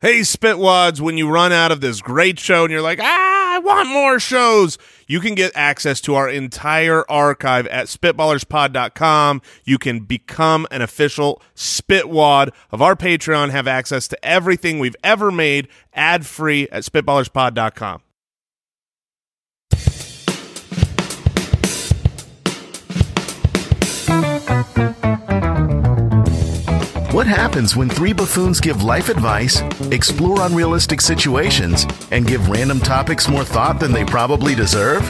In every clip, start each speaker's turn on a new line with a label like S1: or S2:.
S1: Hey, Spitwads, when you run out of this great show and you're like, ah, I want more shows, you can get access to our entire archive at spitballerspod.com. You can become an official Spitwad of our Patreon, have access to everything we've ever made ad free at spitballerspod.com.
S2: What happens when three buffoons give life advice, explore unrealistic situations, and give random topics more thought than they probably deserve?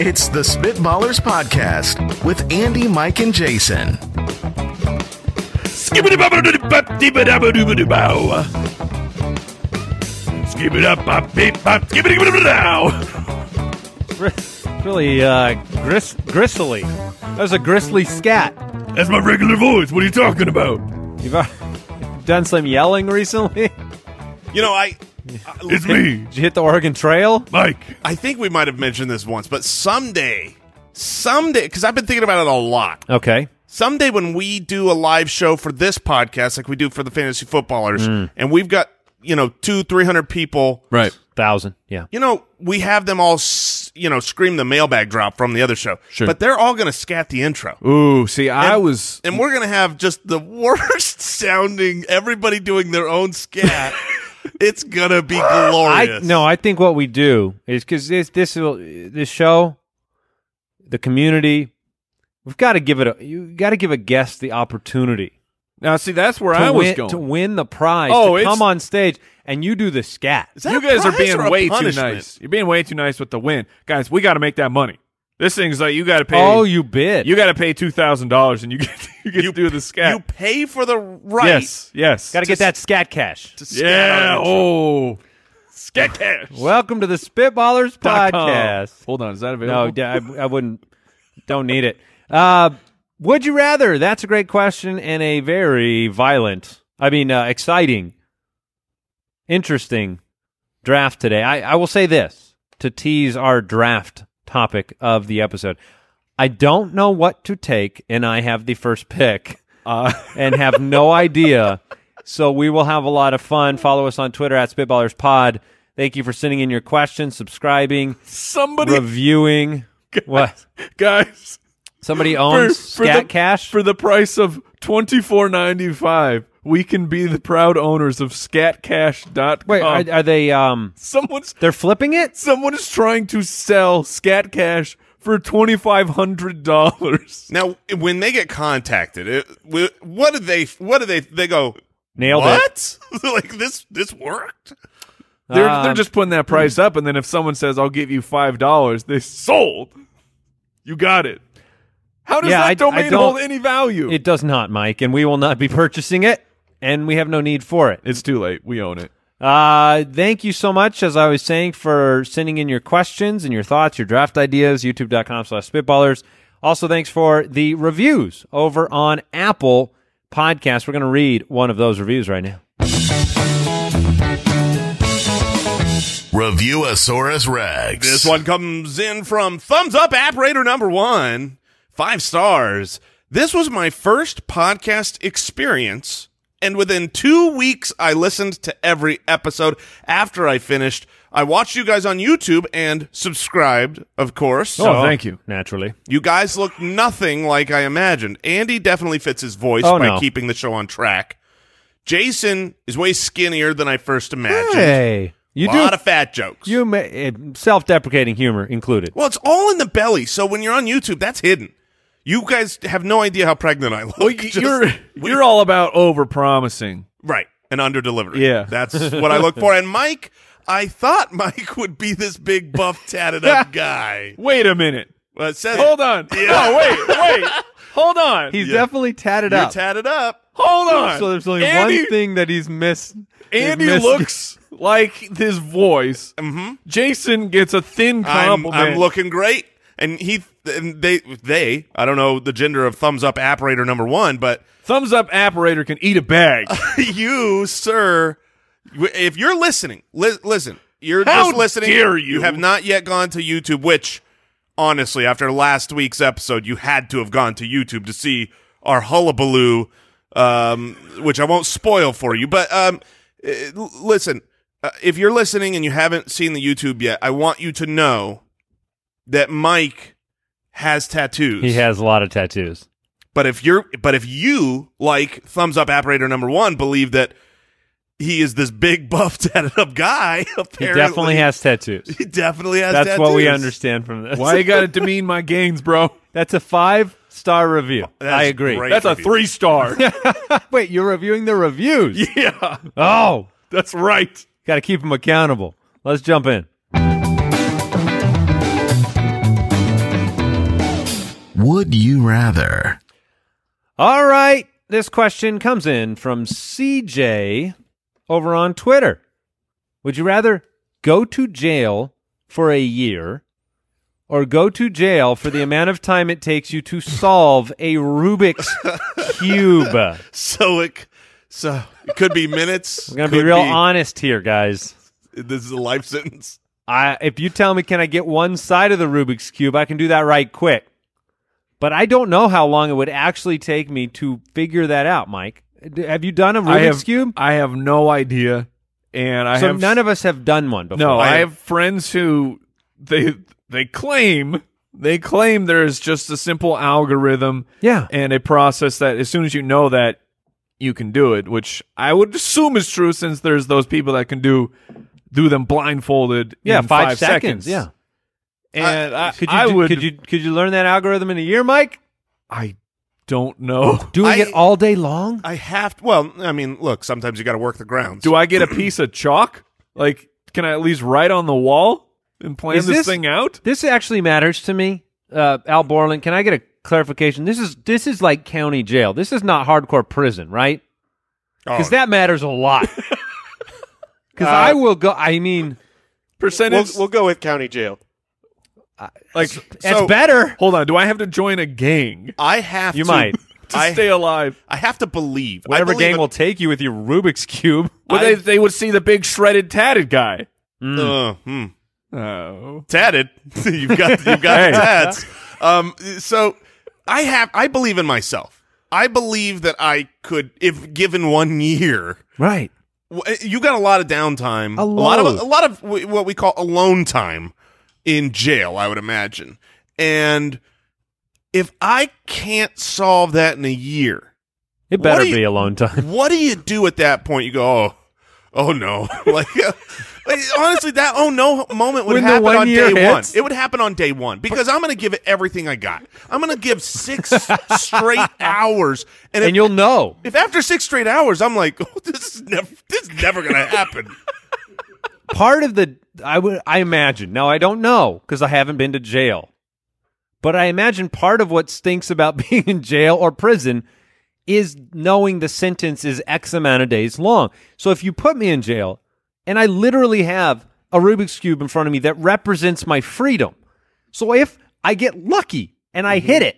S2: It's the Spitballers Podcast with Andy, Mike, and Jason.
S3: Skip it up, bop, beep, bop, skip it, skip it now.
S4: It's really uh, gris- gristly. That was a gristly scat.
S3: That's my regular voice. What are you talking about?
S4: You've uh, done some yelling recently.
S1: You know, I.
S3: It's me,
S4: Did you hit the Oregon Trail?
S3: Mike.
S1: I think we might have mentioned this once, but someday, someday, because I've been thinking about it a lot.
S4: Okay.
S1: someday when we do a live show for this podcast, like we do for the fantasy footballers, and we've got you know two, three hundred people,
S3: Mm. Right.
S4: Thousand. Yeah.
S1: you know, we have them all, s- you know, scream the mailbag drop from the other show,
S3: Sure.
S1: but they're all going to scat the intro.
S3: Ooh, see, I
S1: And-
S3: was.
S1: and we're going to have just the worst sounding. Everybody doing their own scat. it's going to be
S4: I
S1: glorious.
S4: no. I think what we do is because this this will- this show, the community, we've got to give it a you got to give a guest the opportunity
S3: Now, see, that's where
S4: to
S3: I was
S4: win,
S3: going.
S4: to win the prize.
S3: Oh,
S4: to
S3: it's-
S4: come on stage and you do the scat.
S1: Is that
S3: you
S1: a
S3: guys are
S1: prize
S3: being
S1: or a
S3: way too
S1: punishment?
S3: nice. You're being way too nice with the win, guys. We got to make that money. This thing's like you got to pay.
S4: Oh, you bid.
S3: you got to pay two thousand dollars, and you get you get
S1: You-
S3: to do the scat.
S1: You pay for the right.
S3: Yes, yes.
S4: got to get that scat cash.
S1: To scat on
S3: yeah.
S1: an intro.
S3: Oh, scat cash.
S4: Welcome to the Spitballers
S3: Dot com.
S4: podcast.
S3: Hold on, is that
S4: No,
S3: available?
S4: d- I, I wouldn't. Don't need it. Uh, would you rather? That's a great question and a very violent. I mean, uh, exciting, interesting draft today. I, I will say this to tease our draft topic of the episode. I don't know what to take, and I have the first pick
S3: Uh,
S4: and have no idea. So we will have a lot of fun. Follow us on Twitter at Spitballers Pod. Thank you for sending in your questions, subscribing,
S3: somebody
S4: reviewing. What?
S3: guys
S4: Somebody
S3: for,
S4: owns
S3: for
S4: Scat
S3: the,
S4: Cash?
S3: for the price of twenty four ninety five. We can be the proud owners of scatcash.com.
S4: Wait, are, are they? Um,
S3: someone's
S4: they're flipping it.
S3: someone is trying to sell scat cash for twenty five hundred dollars.
S1: Now, when they get contacted, it, we- what do they? What do they? They go
S4: Nailed it.
S1: what? like this? This worked?
S3: They're they're
S4: Um,
S3: just putting that price up, and then if someone says I'll give you five dollars, they sold. You got it. How does
S4: Yeah,
S3: that
S4: I- I
S3: domain
S4: don't-
S3: hold any value?
S4: It does not, Mike, and we will not be purchasing it, and we have no need for it.
S3: it's too late. We own it.
S4: Uh, thank you so much, as I was saying, for sending in your questions and your thoughts, your draft ideas, youtube.com slash spitballers. Also, thanks for the reviews over on Apple Podcasts. We're going to read one of those reviews right now.
S2: Review Asaurus Rex.
S1: This one comes in from thumbs up app rater number one, five stars. This was my first podcast experience, and within two weeks, I listened to every episode. After I finished, I watched you guys on YouTube and subscribed, of course.
S3: Oh, thank you.
S4: Naturally.
S1: You guys look nothing like I imagined. Andy definitely fits his voice
S4: Oh,
S1: by
S4: no.
S1: keeping the show on track. Jason is way skinnier than I first imagined.
S4: Hey, you
S1: a
S4: do
S1: lot of fat jokes.
S4: You ma- eh, self-deprecating humor included.
S1: well, it's all in the belly, so when you're on YouTube, that's hidden. You guys have no idea how pregnant I look.
S3: Well, y-
S1: Just-
S3: you're you're all about over promising.
S1: right and under delivery.
S3: Yeah.
S1: that's what I look for. And Mike, I thought Mike would be this big, buff, tatted up guy.
S3: Wait a minute.
S1: Well, it says
S3: Hold on. Oh, wait, wait. Hold on.
S4: He's
S1: Yeah.
S4: definitely tatted
S1: you're
S4: up.
S1: tatted up.
S3: Hold on.
S4: so there's only
S3: Andy,
S4: one thing that he's missed.
S3: Andy
S4: missed-
S3: looks like his voice. Mm-hmm. Jason gets a thin
S1: I'm,
S3: compliment.
S1: I'm looking great. And he, and they, they, I don't know the gender of thumbs up apparator number one, but
S3: Thumbs up apparator can eat a bag.
S1: you, sir, w- if you're listening, li- listen, you're
S3: How
S1: just listening.
S3: dare you.
S1: have not yet gone to YouTube, which, honestly, after last week's episode, you had to have gone to YouTube to see our hullabaloo, um, which I won't spoil for you. But um, eh, l- listen, uh, if you're listening and you haven't seen the YouTube yet, I want you to know that Mike has tattoos.
S4: He has a lot of tattoos.
S1: But if you're, but if you like thumbs up apparator number one, believe that he is this big buff tatted up guy. Apparently,
S4: He definitely has tattoos.
S1: He definitely has.
S4: That's what we
S1: tattoos.
S4: understand from this.
S3: Why you gotta demean my gains, bro?
S4: That's a five star review.
S1: That's
S4: I agree.
S1: great.
S3: That's a
S1: review.
S3: three star.
S4: Wait, you're reviewing the reviews?
S3: yeah,
S4: Oh,
S3: that's right.
S4: got to keep them accountable. Let's jump in.
S2: Would you rather?
S4: All right. This question comes in from CJ over on Twitter. Would you rather go to jail for a year or go to jail for the amount of time it takes you to solve a Rubik's Cube? I'm
S1: So it, so it could be minutes.
S4: going to be
S1: could
S4: real honest here, guys.
S1: This is a life sentence.
S4: I, if you tell me, can I get one side of the Rubik's Cube, I can do that right quick. But I don't know how long it would actually take me to figure that out, Mike. D- Have you done a Rubik's
S3: I have
S4: Cube?
S3: I have no idea, and I
S4: so
S3: have
S4: none of us have done one before.
S3: No,
S1: I
S3: I
S1: have-
S3: have friends who they they claim they claim there is just a simple algorithm
S4: Yeah.
S3: and a process that as soon as you know that you can do it, which I would assume is true since there's those people that can do do them blindfolded
S4: Yeah,
S3: in
S4: five,
S3: five,
S4: seconds.
S3: Yeah. And I,
S4: Could you
S3: I
S4: do-
S3: would
S4: could you could you learn that algorithm in a year, Mike?
S3: I don't know.
S4: Doing
S1: I-
S4: it all day long?
S1: I have to. Well, I mean, look. Sometimes you got to work the grounds.
S3: Do I get a piece of chalk? Like can I at least write on the wall and plan
S4: Is
S3: this,
S4: this-
S3: thing out?
S4: This actually matters to me. Uh, Al Borland, can I get a clarification? This is this is like county jail. This is not hardcore prison, right? Because that matters a lot. Because I will go. I mean,
S5: We'll,
S3: Percentage
S5: we'll go with county jail.
S3: like
S4: that's
S1: So-
S4: better.
S3: Hold on, do I have to join a gang
S1: I have
S4: You
S1: to,
S4: might.
S3: to
S1: I,
S3: stay alive?
S1: I have to believe I
S4: Whatever
S1: believe
S4: gang
S1: it-
S4: will take you with your Rubik's cube.
S3: Well, they, they would see the big shredded tatted guy.
S4: Mm.
S1: Uh, hmm.
S3: Oh,
S1: tatted. you've got you've got the tats. Um, so I have I believe in myself. I believe that I could, if given one year,
S4: Right.
S1: w- eh, you got a lot of downtime, a lot of
S4: Alone.
S1: a lot of w- what we call alone time in jail. I would imagine, and if I can't solve that in a year,
S4: It better
S1: do you-
S4: be alone time.
S1: what do you do at that point? You go, oh, oh no. like, uh, like, honestly, that oh no moment would
S4: When the
S1: happen
S4: one
S1: on
S4: year
S1: day one.
S4: hits?
S1: It would happen on day one because I'm going to give it everything I got. I'm going to give six straight hours, and,
S4: And
S1: if,
S4: you'll know.
S1: if after six straight hours I'm like, oh, this is never, this is never going to happen.
S4: part of the I would I imagine. Now I don't know because I haven't been to jail. But I imagine part of what stinks about being in jail or prison is knowing the sentence is X amount of days long. So if you put me in jail and I literally have a Rubik's Cube in front of me that represents my freedom. So if I get lucky and I hit it,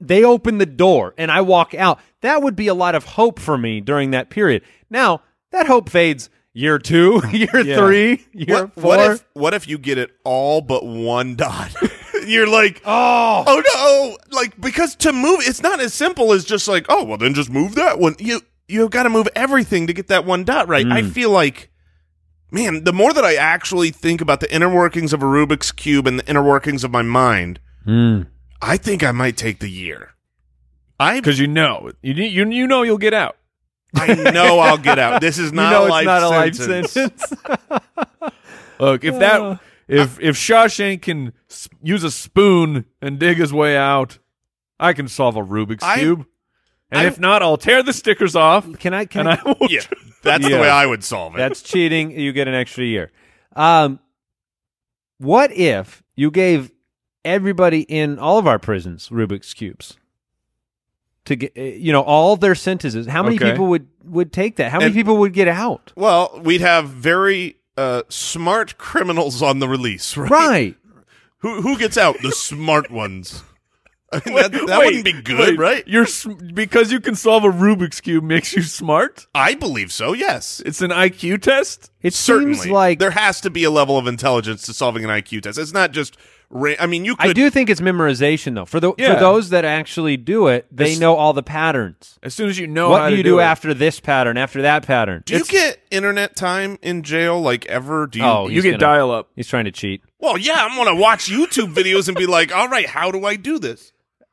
S4: they open the door and I walk out. That would be a lot of hope for me during that period. Now, that hope fades year two, year three, year
S1: what,
S4: four.
S1: what if what if you get it all but one dot? You're like,
S4: oh,
S1: oh no like because to move it's not as simple as just like oh well then just move that one you you've got to move everything to get that one dot right i
S4: Mm.
S1: feel like man the more that i actually think about the inner workings of a rubik's cube and the inner workings of my mind
S4: Hmm.
S1: i think i might take the year i
S3: because you know you, you you know you'll get out.
S1: i know i'll get out this is Oh, not,
S4: you know
S1: a,
S4: it's
S1: life
S4: not a life
S1: sentence.
S4: sentence.
S3: Look, if that if if Shawshank can s- use a spoon and dig his way out, I can solve a Rubik's
S1: I-
S3: cube. And
S1: I-
S3: if not, I'll tear the stickers off.
S4: Can I? Can
S3: And
S4: I,
S3: I will.
S1: yeah that's
S4: Yeah.
S1: the way i would solve it
S4: That's cheating. You get an extra year. Um, what if you gave everybody in all of our prisons Rubik's cubes to get, uh, you know, all their sentences? How many
S3: Okay.
S4: people would would take that? How many
S1: And-
S4: people would get out?
S1: well we'd have very uh, smart criminals on the release right
S4: Right.
S1: who, who gets out the smart ones I mean, that that
S3: Wait,
S1: wouldn't be good,
S3: wait,
S1: right?
S3: You're sm- because you can solve a Rubik's cube makes you smart.
S1: I believe so. Yes.
S3: It's an IQ test.
S4: It
S1: Certainly.
S4: seems like
S1: there has to be a level of intelligence to solving an IQ test. It's not just. Ra- I mean, you could.
S4: I do think it's memorization though. For the
S3: Yeah.
S4: for those that actually do it, they know all the patterns.
S3: As soon as you know
S4: what
S3: how
S4: do
S3: to
S4: you do,
S3: it.
S4: after this pattern, after that pattern?
S1: Do you
S4: It's-
S1: get internet time in jail? Like ever? Do you?
S4: Oh,
S3: you
S4: He's
S3: get
S4: gonna-
S3: dial up.
S4: He's trying to cheat.
S1: Well, yeah. I'm gonna watch YouTube videos and be like, all right, how do I do this?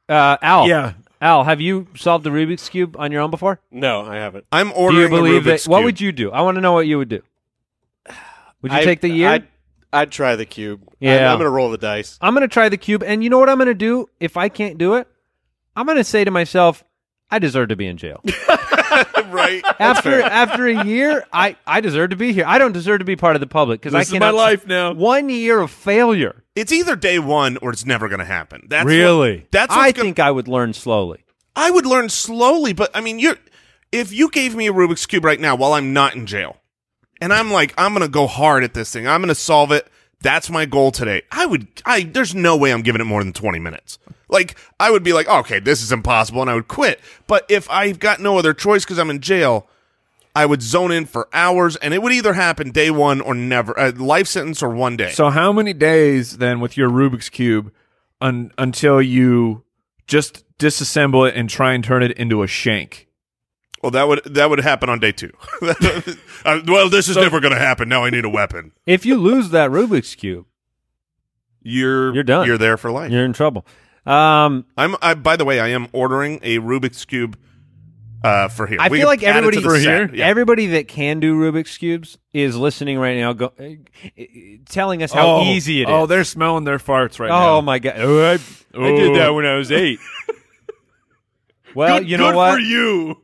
S4: Uh, Al,
S3: Yeah.
S4: Al, have you solved the Rubik's cube on your own before?
S5: No, I haven't.
S1: I'm
S4: Do you
S1: ordering
S4: believe
S1: a
S4: that?
S1: Rubik's
S4: What
S1: Cube.
S4: would you do? I want to know what you would do. Would you
S5: I-
S4: take the year?
S5: I'd, I'd try the cube. I'm-
S4: Yeah.
S5: I'm, gonna roll the dice.
S4: I'm going to try the cube. And you know what I'm going to do if I can't do it? I'm going to say to myself, I deserve to be in jail.
S1: right?
S4: after after a year, I, I deserve to be here. I don't deserve to be part of the public because I
S3: This is
S4: cannot.
S3: my life now.
S4: One year of failure.
S1: It's either day one or it's never gonna happen. That's what- that's what's
S4: I
S1: gonna-
S4: think I would learn slowly.
S1: I would learn slowly, but I mean, you're if you gave me a Rubik's cube right now while I'm not in jail, and I'm like, I'm gonna go hard at this thing. I'm gonna solve it. That's my goal today. I would. I there's no way I'm giving it more than 20 minutes. Like I would be like, oh, okay, this is impossible, and I would quit. But if I've got no other choice because I'm in jail. I would zone in for hours, and it would either happen day one or never, uh, life sentence or one day.
S3: So how many days then with your Rubik's cube un- until you just disassemble it and try and turn it into a shank?
S1: well, that would that would happen on day two. Uh, well, this is never going to happen. Now I need a weapon.
S4: If you lose that Rubik's cube,
S1: you're
S4: You're done.
S1: You're there for life.
S4: you're in trouble. Um,
S1: I'm. I, by the way, I am ordering a Rubik's cube uh, for here.
S4: I
S1: We
S4: feel
S1: can
S4: like
S1: add it
S4: everybody
S1: to the set. Yeah.
S4: everybody that can do Rubik's cubes is listening right now, go, uh, uh, telling us how easy it is.
S3: Oh, they're smelling their farts right now.
S4: Oh, my god! Oh, I, I did that when I was eight. well, you know
S3: Good
S4: what?
S3: for you.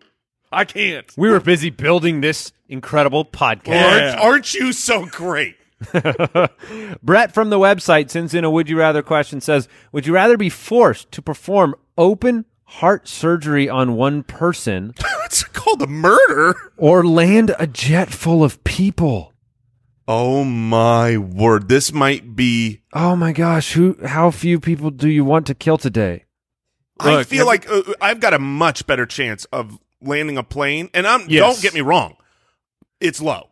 S3: I can't.
S4: We were busy building this incredible podcast.
S1: Aren't, aren't you so great?
S4: Brett from the website sends in a would you rather question says, Would you rather be forced to perform open heart surgery on one person
S1: it's called a murder.
S4: or land a jet full of people?
S1: Oh my word! This might be.
S4: Oh my gosh, who how few people do you want to kill today?
S1: I
S3: Look,
S1: feel
S3: every-
S1: like uh, I've got a much better chance of landing a plane. And I'm.
S3: Yes.
S1: Don't get me wrong. It's low.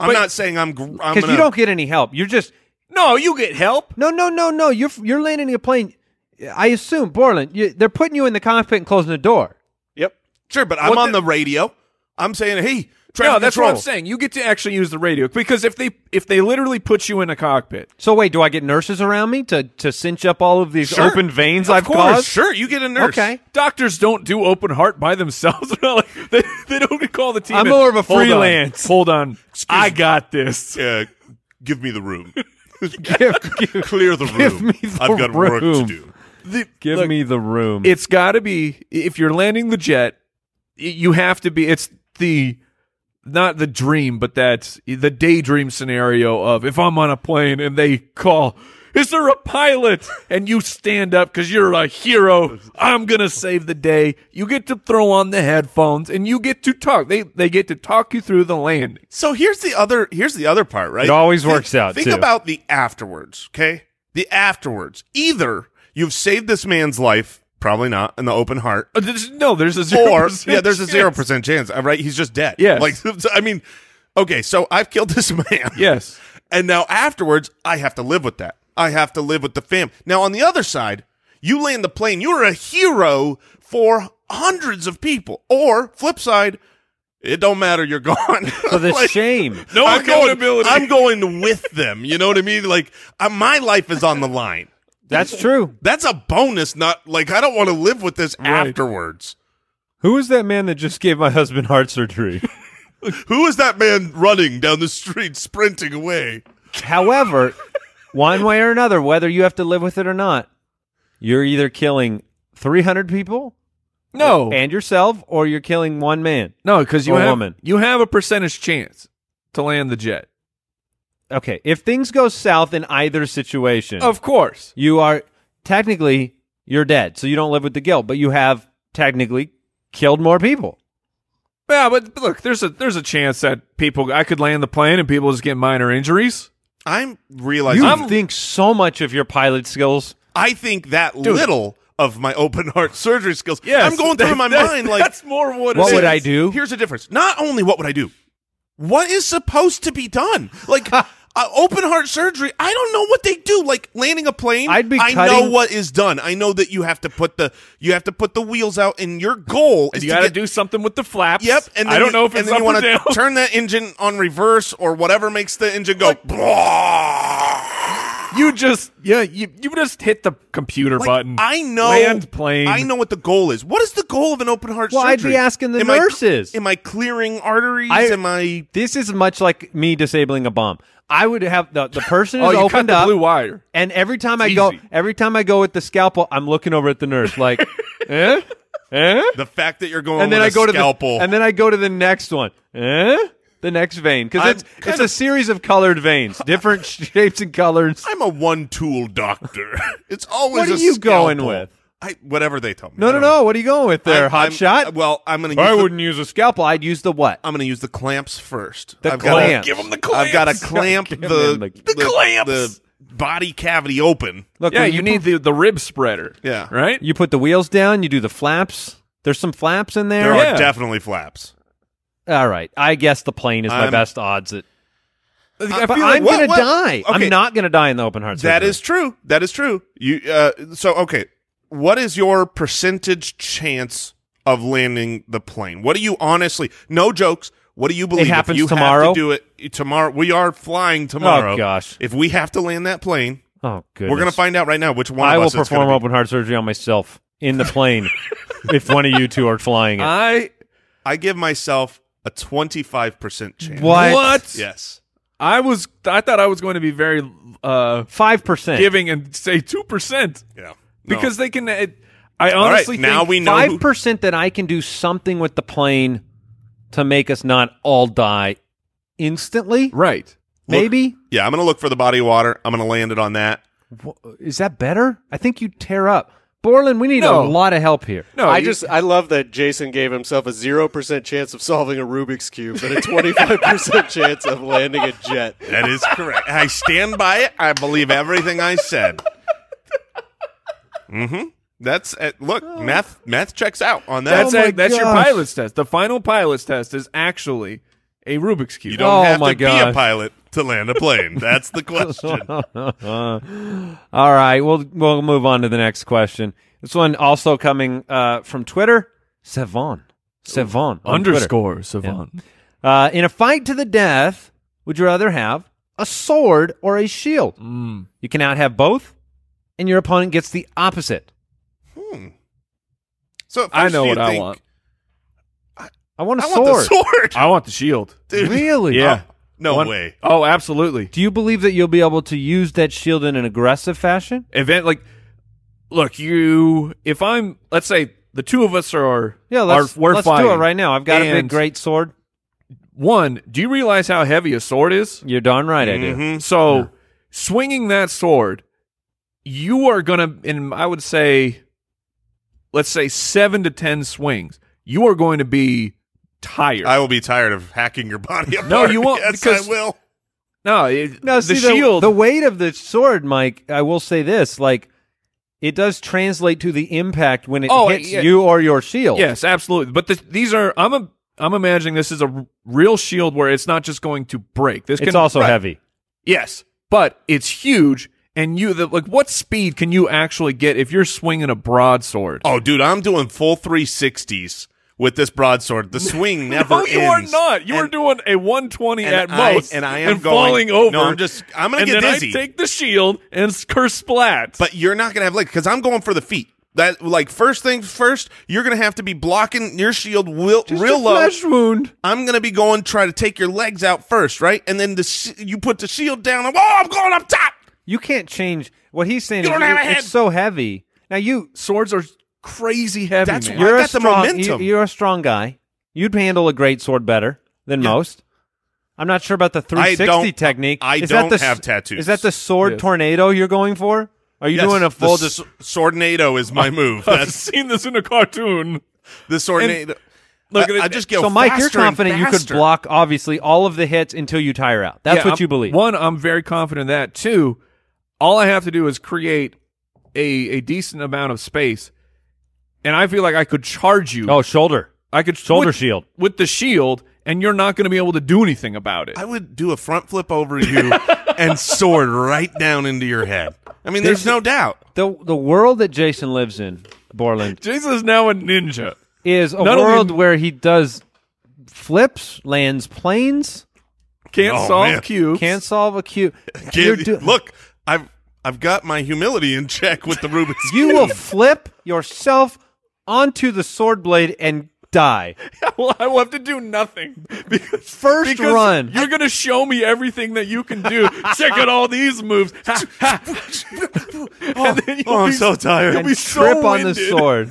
S1: I'm
S3: But-
S1: not saying I'm. Gr- I'm
S4: Cuz
S1: gonna,
S4: you don't get any help. You're just
S3: No, you get help.
S4: No, no, no, no. You're you're landing a plane. I assume Borland, you, they're putting you in the cockpit and closing the door.
S5: Yep.
S1: Sure, but I'm
S3: What
S1: on
S3: the-
S1: the radio. I'm saying, hey, traffic
S3: No, that's
S1: control.
S3: what I'm saying. You get to actually use the radio because if they if they literally put you in a cockpit,
S4: So wait, do I get nurses around me to to cinch up all of these
S1: Sure.
S4: open veins
S1: Of
S4: I've
S1: course,
S4: caused?
S1: sure, you get a nurse.
S4: Okay.
S3: doctors don't do open heart by themselves. They're not like- they, they don't call the team.
S4: I'm
S3: in,
S4: more of a
S3: "Hold on,
S4: freelance."
S3: Hold on, I got this.
S1: uh, give me the room.
S4: Give- give-
S1: Clear the room.
S4: Give me the
S1: I've got work to
S4: room.
S1: do.
S4: Give
S3: Look,
S4: me the room.
S3: It's got to be if you're landing the jet, y- you have to be. It's the not the dream, but that's the daydream scenario of if I'm on a plane and they call. Is there a pilot? And you stand up because you're a hero. I'm gonna save the day. You get to throw on the headphones and you get to talk. They they get to talk you through the landing.
S1: So here's the other here's the other part, right?
S4: It always
S1: Think-
S4: works out,
S1: Think
S4: too.
S1: about the afterwards, okay? The afterwards. Either you've saved this man's life, probably not, in the open heart,
S3: Uh, there's- no, there's a zero.
S1: or yeah, there's a zero percent chance, uh, right? He's just dead.
S3: Yes.
S1: Like so- I mean, okay, so I've killed this man.
S3: Yes.
S1: And now afterwards, I have to live with that. I have to live with the fam. Now on the other side, you land the plane. You're a hero for hundreds of people. Or flip side, it don't matter. You're gone.
S4: for the
S1: Like,
S4: shame.
S1: No I'm going,
S3: accountability.
S1: I'm going with them. You know what I mean? Like I, my life is on the line.
S4: That's true.
S1: That's a bonus. Not like I don't want to live with this afterwards.
S4: Who is that man that just gave my husband heart surgery?
S1: Who is that man running down the street, sprinting away?
S4: However, one way or another, whether you have to live with it or not, you're either killing 300 people
S3: No.
S4: and yourself, or you're killing one man.
S3: No, because you
S4: Or
S3: have
S4: woman.
S3: you have a percentage chance to land the jet.
S4: Okay, if things go south in either situation,
S3: Of course.
S4: you are technically you're dead, so you don't live with the guilt, but you have technically killed more people.
S3: Yeah, but look, there's a there's a chance that people I could land the plane and people just get minor injuries.
S1: I'm
S4: You
S1: realizing.
S4: think so much of your pilot skills.
S1: I think that little of my open heart surgery skills.
S3: Yes,
S1: I'm going through
S3: that-
S1: in my
S3: that-
S1: mind like
S3: that's more what. it
S4: What would
S3: is.
S4: I do?
S1: Here's the difference. Not only what would I do, what is supposed to be done? Like uh, open heart surgery, I don't know what they do. Like landing a plane,
S4: I'd be
S1: I know
S4: cutting-
S1: what is done. I know that you have to put the you have to put the wheels out, and your goal is
S3: You
S1: to
S3: got to
S1: get-
S3: do something with the flaps.
S1: Yep, and
S3: and
S1: then
S3: I don't
S1: you-
S3: know if
S1: and
S3: it's
S1: then
S3: up
S1: you
S3: or
S1: wanna
S3: down.
S1: Turn that engine on reverse or whatever makes the engine go.
S3: you just yeah, you you just hit the computer
S1: Like,
S3: button.
S1: I know
S3: land plane.
S1: I know what the goal is. What is the goal of an open heart
S4: Well, I'd
S1: surgery?
S4: be asking the
S1: Am I-
S4: nurses.
S1: am I clearing arteries?
S4: I-
S1: am I
S4: This is much like me disabling a bomb. I would have the, the person is
S3: Oh, you cut
S4: opened
S3: the
S4: up,
S3: blue wire.
S4: and every time I go,
S3: easy.
S4: every time I go with the scalpel, I'm looking over at the nurse like, eh, eh,
S1: the fact that you're going
S4: and then
S1: with
S4: I
S1: a
S4: go to
S1: scalpel.
S4: the, and then I go to the next one, eh, the next vein because
S1: I'm
S4: it's it's
S1: kind
S4: a series of colored veins, different shapes and colors.
S1: I'm a one tool doctor. it's always
S4: What are
S1: a
S4: you
S1: scalpel.
S4: going with?
S1: I whatever they tell me. I
S4: No, no,
S1: don't know.
S4: no. What are you going with there,
S1: I'm-
S4: hot
S1: I'm- uh,
S4: shot?
S1: Well, I'm gonna. Use
S4: I
S1: the-
S4: wouldn't use a scalpel. I'd use the what?
S1: I'm going to use the clamps first.
S4: The
S1: I've gotta-
S4: clamps.
S1: give 'em the clamps. I've got to clamp
S4: Give
S1: the,
S4: 'em
S1: the,
S4: the-
S1: the body cavity open.
S4: Look,
S3: Yeah,
S4: when
S3: you need the the rib spreader.
S1: Yeah.
S3: right.
S4: You put the wheels down. You do the flaps. There's some flaps in
S1: There
S4: there.
S3: Yeah.
S1: are definitely flaps.
S4: All right. I guess the plane is my
S1: I'm-
S4: best odds at.
S3: I
S4: But
S3: feel like-
S4: I'm
S1: what-
S4: gonna
S1: what-
S4: die.
S1: okay.
S4: I'm not gonna die in the open heart surgery.
S1: That is true. That is true. You uh, so okay. What is your percentage chance of landing the plane? What do you honestly? No jokes. What do you believe? if
S4: happens
S1: you
S4: tomorrow?
S1: Have to do it tomorrow. We are flying tomorrow.
S4: Oh, gosh.
S1: If we have to land that plane,
S4: Oh goodness.
S1: we're gonna find out right now which one.
S4: I
S1: of us
S4: will
S1: it's gonna
S4: perform
S1: be.
S4: open heart surgery on myself in the plane if one of you two are flying
S1: Uh,
S4: it.
S3: I
S1: I give myself a twenty-five percent chance.
S4: What?
S3: what?
S1: Yes.
S3: I was I thought I was going to be very uh
S4: Five percent.
S3: giving and say two percent
S1: Yeah. No.
S3: because they can. It, I
S1: all right,
S3: honestly think
S1: now we know. who-
S4: Five percent that I can do something with the plane to make us not all die instantly.
S3: right.
S4: Maybe
S1: yeah, I'm gonna look for the body of water. I'm gonna land it on that.
S4: Wh- is that better? I think you tear up, Borland. We need a
S3: No.
S4: lot of help here.
S3: No,
S5: I
S3: you-
S5: just I love that Jason gave himself a zero percent chance of solving a Rubik's cube, but a twenty-five percent chance of landing a jet.
S1: That is correct. I stand by it. I believe everything I said. Mm-hmm. That's uh, look math. Math checks out on that.
S3: Oh. That's
S4: Oh my
S3: a, that's your
S4: gosh.
S3: pilot's test. The final pilot's test is actually a Rubik's cube.
S1: you don't
S4: Oh
S1: have
S4: my
S1: to be a
S4: gosh.
S1: pilot to land a plane. That's the question.
S4: All right, we'll we'll move on to the next question. This one also coming uh, from Twitter, Savon. Savon Oh. on
S3: Savant.
S4: Twitter. Uh, in a fight to the death, would you rather have a sword or a shield? You cannot have both, and your opponent gets the opposite.
S1: Hmm. So at
S3: I
S1: first
S3: know
S1: you
S3: what I
S1: think,
S3: want.
S4: I want a
S1: I
S4: sword.
S1: want the sword.
S3: I want the shield.
S1: Dude.
S4: Really?
S3: Yeah.
S1: No
S3: One-
S1: way.
S3: Oh, absolutely.
S4: Do you believe that you'll be able to use that shield in an aggressive fashion?
S3: Event like, look, you. If I'm, let's say, the two of us are,
S4: Yeah, let's,
S3: are, we're
S4: let's
S3: fighting.
S4: do it right now. I've got a big,
S3: And-
S4: great sword.
S3: One, do you realize how heavy a sword is?
S4: You're darn right I do.
S1: Mhm.
S3: So, swinging that sword, you are gonna, and I would say, let's say seven to ten swings. You are going to be tired.
S1: I will be tired of hacking your body apart.
S3: you won't,
S1: Yes,
S3: because-
S1: I will.
S3: no, it,
S4: No,
S3: the
S4: see, the-
S3: shield.
S4: The, weight of the sword, Mike. I will say this: like, it does translate to the impact when it
S3: Oh,
S4: hits
S3: yeah.
S4: you or your shield.
S3: Yes, absolutely. But the, these are I'm a I'm imagining this is a r- real shield where it's not just going to break. This
S4: it's
S3: can,
S4: also
S3: right.
S4: heavy.
S3: Yes, but it's huge, and you the, like what speed can you actually get if you're swinging a broadsword?
S1: Oh, dude, I'm doing full 360s with this broadsword. The swing never
S3: no, Oh, you are
S1: ends.
S3: not. You are
S1: And-
S3: doing a 120
S1: and
S3: at
S1: I-
S3: most,
S1: and I am going-
S3: falling
S1: No,
S3: over.
S1: I'm just- I'm gonna
S3: and
S1: get
S3: then
S1: dizzy.
S3: I take the shield and s- curse splat.
S1: but you're not gonna have legs because I'm going for the feet. That like first things first, you're gonna have to be blocking your shield will,
S3: Just
S1: real
S3: a
S1: low.
S3: flesh wound.
S1: I'm gonna be going try to take your legs out first, right? And then the sh- you put the shield down. and, oh, I'm going up top.
S4: You can't change what he's saying.
S1: You
S4: is
S1: don't have a head.
S4: It's so heavy. Now you,
S3: Swords are crazy heavy.
S1: That's
S3: man.
S1: why-
S4: you're
S1: I
S4: a
S1: got the
S4: strong.
S1: momentum.
S4: You, are a strong guy. You'd handle a great sword better than most. I'm not sure about the 360
S1: don't-
S4: technique.
S1: I
S4: is that
S1: don't
S4: the s-
S1: have tattoos.
S4: Is that the sword
S3: Yes.
S4: tornado you're going for? Are you
S1: Yes,
S4: doing a
S1: the
S4: full?
S1: s- swordnado is my move.
S3: I've
S1: That's
S3: seen this in a cartoon.
S1: the swordnado.
S3: Look,
S1: I,
S3: it-
S1: I just go
S4: so, Mike, you're
S1: faster and
S4: confident you could
S1: faster.
S4: block obviously all of the hits until you tire out. That's
S3: Yeah,
S4: what
S3: I'm-
S4: you believe.
S3: One, I'm very confident in that. Two, all I have to do is create a a decent amount of space, and I feel like I could charge you.
S4: Oh, shoulder.
S3: I could
S4: Shoulder
S3: with-
S4: shield.
S3: with the shield, and you're not going to be able to do anything about it.
S1: I would do a front flip over you and sword right down into your head. I mean, there's no doubt.
S4: The the world that Jason lives in, Borland,
S3: Jason is now a ninja.
S4: is a
S3: Not only-
S4: world where he does flips, lands planes,
S3: Can't
S1: Oh,
S3: solve
S1: man.
S3: cubes.
S4: can't solve a cube. You're
S1: Give-
S4: do-
S1: look, I've I've got my humility in check with the Rubik's
S4: you
S1: Cube.
S4: will flip yourself onto the sword blade and die.
S3: well, I will have to do nothing because
S4: First
S3: because
S4: run.
S3: You're gonna show me everything that you can do. Check out all these moves. Ha, ha. and then you'll
S1: oh, I'm
S3: be-
S1: so tired.
S3: You'll
S4: and
S3: be
S4: trip
S3: so
S4: on the
S3: winded.
S4: sword.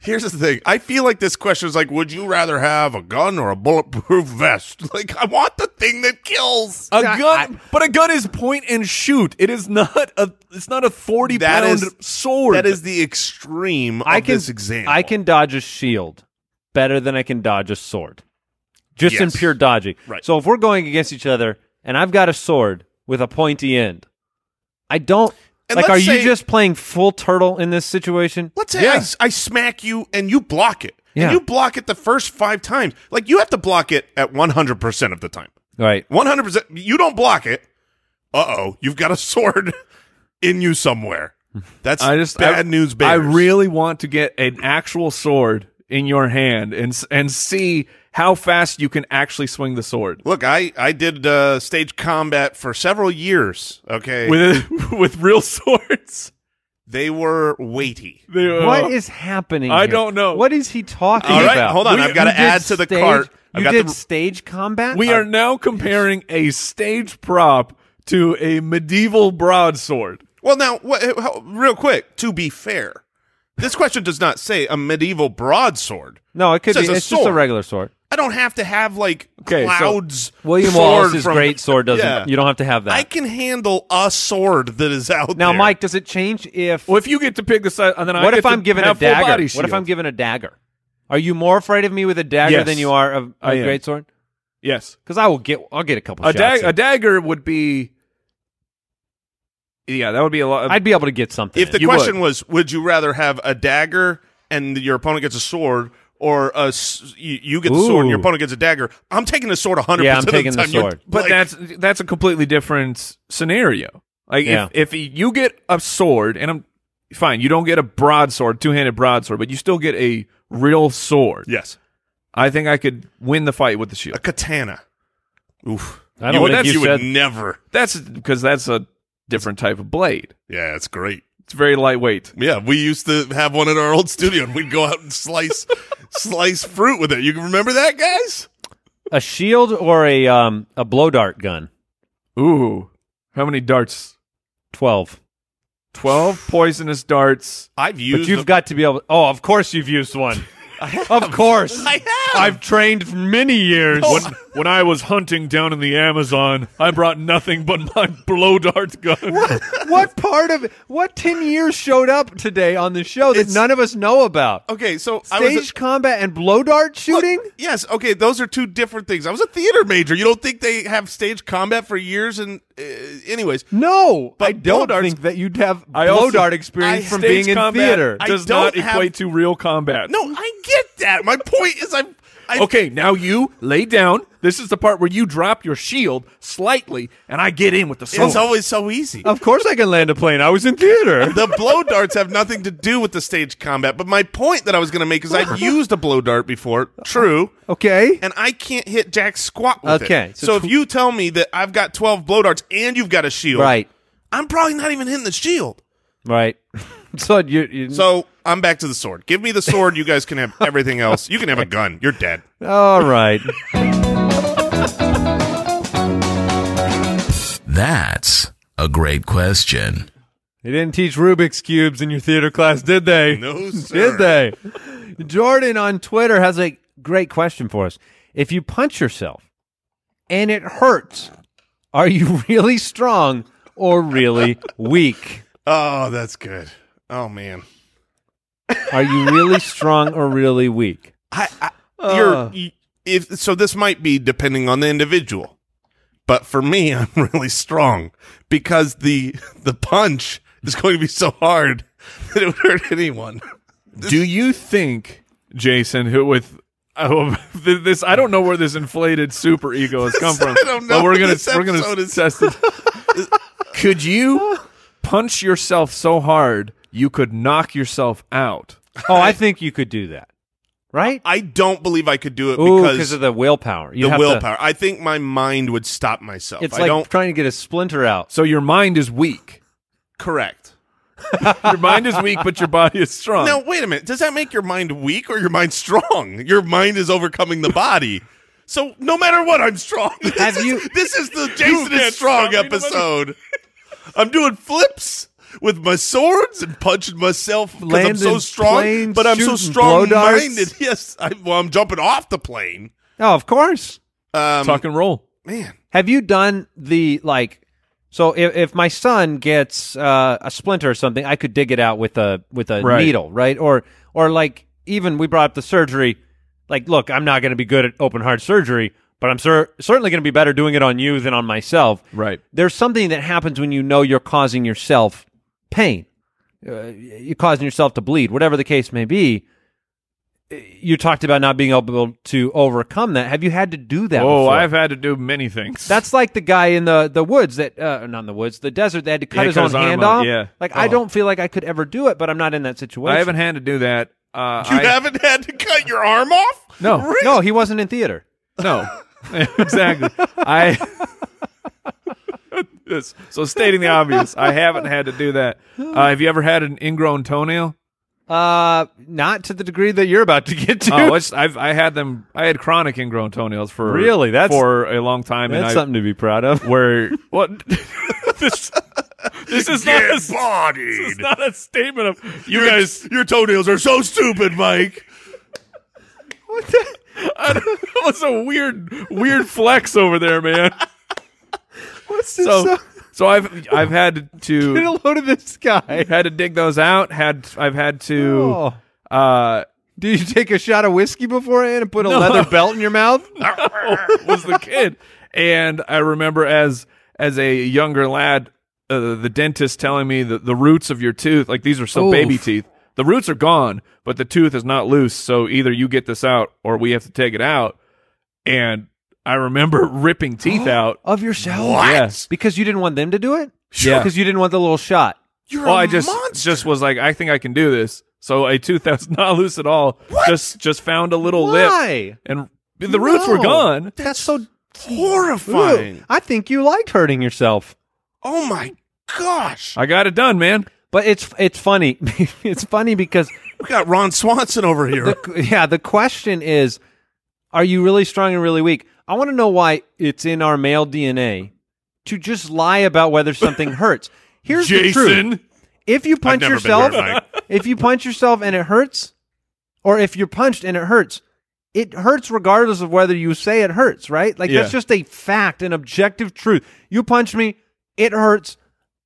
S1: Here's the thing. I feel like this question is like, would you rather have a gun or a bulletproof vest? Like, I want the thing that kills.
S3: A gun, but a gun is point and shoot. It is not a. It's not a forty
S1: That
S3: pound
S1: is-
S3: sword.
S1: That is the extreme of
S4: I can
S1: this example.
S4: I can dodge a shield better than I can dodge a sword. Just in
S1: Yes.
S4: pure dodging.
S1: Right.
S4: So if we're going against each other and I've got a sword with a pointy end, I don't
S1: And
S4: like
S1: let's
S4: are
S1: say-
S4: you just playing full turtle in this situation?
S1: Let's say I s- I, smack you and you block it.
S4: Yeah.
S1: And you block it the first five times. Like, you have to block it at 100% of the time.
S4: Right.
S1: 100%. You don't block it. Uh oh. You've got a sword in you somewhere. That's
S3: I just
S1: bad
S3: I,
S1: news
S3: I
S1: bears.
S3: really want to get an actual sword in your hand and s- and see how fast you can actually swing the sword
S1: Look, I, I did uh, stage combat for several years. Okay.
S3: with a, with real swords.
S1: they were weighty.
S3: They, uh,
S4: What is happening?
S3: I
S4: here?
S3: don't know.
S4: What is he talking
S1: All right,
S4: about?
S1: hold on. I've got to
S4: you did
S1: add to the
S4: stage-
S1: cart. I've
S4: you
S1: got
S4: did
S1: the-
S4: stage combat. Uh,
S3: We are now comparing a stage prop to a medieval broadsword.
S1: Well, now, what, eh, how, real quick, to be fair, this question does not say a medieval broadsword.
S4: no, it could
S1: It
S4: be.
S1: says a
S4: It's just a
S1: sword.
S4: regular sword.
S1: I don't have to have like
S3: Okay, so
S1: clouds.
S4: William
S1: sword
S4: Wallace's
S1: from-
S4: great sword doesn't.
S1: Yeah.
S4: You don't have to have that.
S1: I can handle a sword that is out
S4: now,
S1: there.
S4: Mike, does it change if?
S3: Well, if you get to pick the side, and then I
S4: what
S3: get
S4: if
S3: to
S4: I'm given a
S3: have full
S4: dagger? What
S3: body
S4: if
S3: shield.
S4: I'm given a dagger? Are you more afraid of me with a dagger
S3: Yes.
S4: than you are of
S3: I
S4: a
S3: am.
S4: great sword?
S3: yes,
S4: Because I will get. I'll get a couple.
S3: a,
S4: shots
S3: dag-
S4: in.
S3: a dagger would be. Yeah, that would be a lot.
S4: I'd be able to get something.
S1: if the
S4: in.
S1: question was, would you rather have a dagger and your opponent gets a sword? Or a, s- you, you get the sword and your
S4: Ooh.
S1: opponent gets a dagger. I'm taking the sword 100%
S4: Yeah, I'm
S1: of the
S4: taking the
S1: time. You're-
S4: sword.
S3: but
S1: like-
S3: that's that's a completely different scenario. Like
S4: Yeah.
S3: if if you get a sword, and I'm fine, you don't get a broadsword, two handed broadsword, but you still get a real sword.
S1: Yes.
S3: I think I could win the fight with the shield.
S1: A katana. Oof.
S4: I
S1: you
S4: don't
S1: would,
S4: think
S1: you
S4: you
S1: would
S4: said.
S1: never.
S3: That's because that's a different type of blade.
S1: Yeah, it's great.
S3: It's very lightweight.
S1: Yeah, we used to have one at our old studio, and we'd go out and slice slice fruit with it. You can remember that, guys?
S4: A shield or a um a blow dart gun.
S3: Ooh, how many darts?
S4: Twelve.
S3: Twelve poisonous darts.
S1: I've
S4: But
S1: used.
S4: you've got to be able. Oh, of course you've used one. Of course.
S1: I have.
S4: I've trained for many years.
S3: When, when I was hunting down in the Amazon, I brought nothing but my blow dart gun.
S4: what part of what 10 years showed up today on the show that
S1: It's-
S4: none of us know about?
S1: okay, so I
S4: Stage
S1: was.
S4: combat and blow dart shooting?
S1: Yes, okay, those are two different things. I was a theater major. You don't think they have stage combat for years? And uh, anyways,
S4: no,
S1: But
S4: I don't
S1: blow darts-
S4: think that you'd have
S3: I
S4: blow
S3: also-
S4: dart
S1: I-
S4: experience from
S1: stage
S4: being in
S3: combat
S4: theater.
S1: I
S3: does
S1: don't
S3: not
S1: have-
S3: equate to real combat.
S1: no, I get that. My point is, I. I
S3: Okay, now you lay down. This is the part where you drop your shield slightly, and I get in with the sword.
S1: It's
S4: oh.
S1: always so easy.
S4: of course, I can land a plane. I was in theater.
S1: the blow darts have nothing to do with the stage combat. But my point that I was going to make is I've used a blow dart before. True.
S4: Okay.
S1: and I can't hit jack squat with
S4: Okay,
S1: it.
S4: so
S1: So, if you tell me that I've got 12 blow darts and you've got a shield,
S4: Right.
S1: I'm probably not even hitting the shield.
S4: Right. so you, you
S1: So I'm back to the sword. Give me the sword. You guys can have everything else. You can have a gun. You're dead.
S4: all right.
S2: That's a great question.
S4: They didn't teach Rubik's cubes in your theater class, did they?
S1: No, sir.
S4: Did they? Jordan on Twitter has a great question for us. If you punch yourself and it hurts, are you really strong or really weak?
S1: Oh, that's good. Oh man,
S4: Are you really strong or really weak?
S1: I, I
S4: Uh.
S1: you're you- if so. This might be depending on the individual, but for me, I'm really strong because the the punch is going to be so hard that it would hurt anyone.
S3: Do you think, Jason, who with oh, this, I don't know where this inflated super ego has come from.
S1: I don't know
S3: But we're
S1: what
S3: gonna
S1: this
S3: we're
S1: episode
S3: gonna
S1: is.
S3: test it. Could you punch yourself so hard you could knock yourself out?
S4: Oh, I think you could do that, right?
S1: I don't believe I could do it
S4: Ooh,
S1: because
S4: because of the willpower. You
S1: the
S4: have to-
S1: willpower. I think my mind would stop myself.
S4: it's
S1: I
S4: like
S1: don't.
S4: trying to get a splinter out.
S3: So your mind is weak.
S1: Correct.
S3: Your mind is weak, but your body is
S4: uh.
S3: strong.
S1: Now, wait a minute. Does that make your mind weak or your mind strong? Your mind is overcoming the body. So no matter what, I'm strong. This
S4: Have
S1: is,
S4: you-
S1: This is the Jason is strong episode. I'm doing flips with my swords and punching myself because I'm
S3: Landing
S1: so strong.
S3: planes,
S1: but I'm so
S3: shooting blow
S1: strong
S3: darts.
S1: minded. Yes. I, well, I'm jumping off the plane.
S4: Oh, of course.
S1: Um,
S3: Tuck and roll.
S1: man,
S4: Have you done the like? So if, if my son gets uh, a splinter or something, I could dig it out with a with a
S3: Right.
S4: needle, right? Or or like even we brought up the surgery. Like, look, I'm not going to be good at open heart surgery, but I'm cer- certainly going to be better doing it on you than on myself.
S3: Right.
S4: There's something that happens when you know you're causing yourself pain. Uh, you're causing yourself to bleed, whatever the case may be. You talked about not being able to overcome that. Have you had to do that?
S3: Oh,
S4: before?
S3: I've had to do many things.
S4: That's like the guy in the the woods that uh, not in the woods, the desert that had to cut
S3: Yeah,
S4: his
S3: cut
S4: own
S3: his arm
S4: hand
S3: off,
S4: off.
S3: yeah.
S4: Like I
S3: Oh.
S4: don't feel like I could ever do it, but I'm not in that situation.
S3: I haven't had to do that. Uh,
S1: you
S3: I,
S1: haven't had to cut your arm off?
S3: No.
S1: Really?
S4: No, he wasn't in theater.
S3: No, exactly. I. Yes. so stating the obvious, I haven't had to do that. Uh, have you ever had an ingrown toenail?
S4: Uh, not to the degree that you're about to get to.
S3: Oh, it's, I've I had them. I had chronic ingrown toenails for
S4: Really? That's-
S3: for a long time. and
S4: That's
S3: I,
S4: something to be proud of.
S3: where what this this is not
S1: Get
S3: a,
S1: bodied.
S3: this is not a statement of you
S1: Your-
S3: guys.
S1: your toenails are so stupid, Mike.
S3: I don't- That was a weird weird flex over there, man.
S4: What's this?
S3: So so I've I've had to
S4: get a load of this guy.
S3: had to dig those out. Had I've had to.
S4: Oh.
S3: Uh,
S4: Do you take a shot of whiskey beforehand and put a
S3: No.
S4: leather belt in your mouth?
S3: was the kid, and I remember as as a younger lad, uh, the dentist telling me that the roots of your tooth, like these are still baby
S4: Oof.
S3: teeth, the roots are gone, but the tooth is not loose. So either you get this out, or we have to take it out. And I remember ripping teeth out.
S4: Of yourself?
S1: What?
S3: Yeah.
S4: Because you didn't want them to do it?
S3: Yeah.
S4: Because you didn't want the little shot.
S1: You're
S3: Well,
S1: a
S3: I just
S1: monster.
S3: just was like, I think I can do this. So a tooth that's not loose at all just just found a little lip,
S4: Why?
S3: and the roots were
S4: No.
S3: gone.
S4: That's so
S1: horrifying.
S4: Ooh, I think you liked hurting yourself.
S1: Oh my gosh.
S3: I got it done, man.
S4: But it's it's funny. it's funny because
S1: We got Ron Swanson over here.
S4: the, yeah, the question is are you really strong and really weak? I want to know why it's in our male DNA to just lie about whether something hurts. Here's the truth.
S1: Jason.
S4: If you punch
S1: never been
S4: yourself,
S1: hurt,
S4: if you punch yourself and it hurts, or if you're punched and it hurts, it hurts regardless of whether you say it hurts, right? Like
S3: Yeah.
S4: that's just a fact, an objective truth. You punch me, it hurts,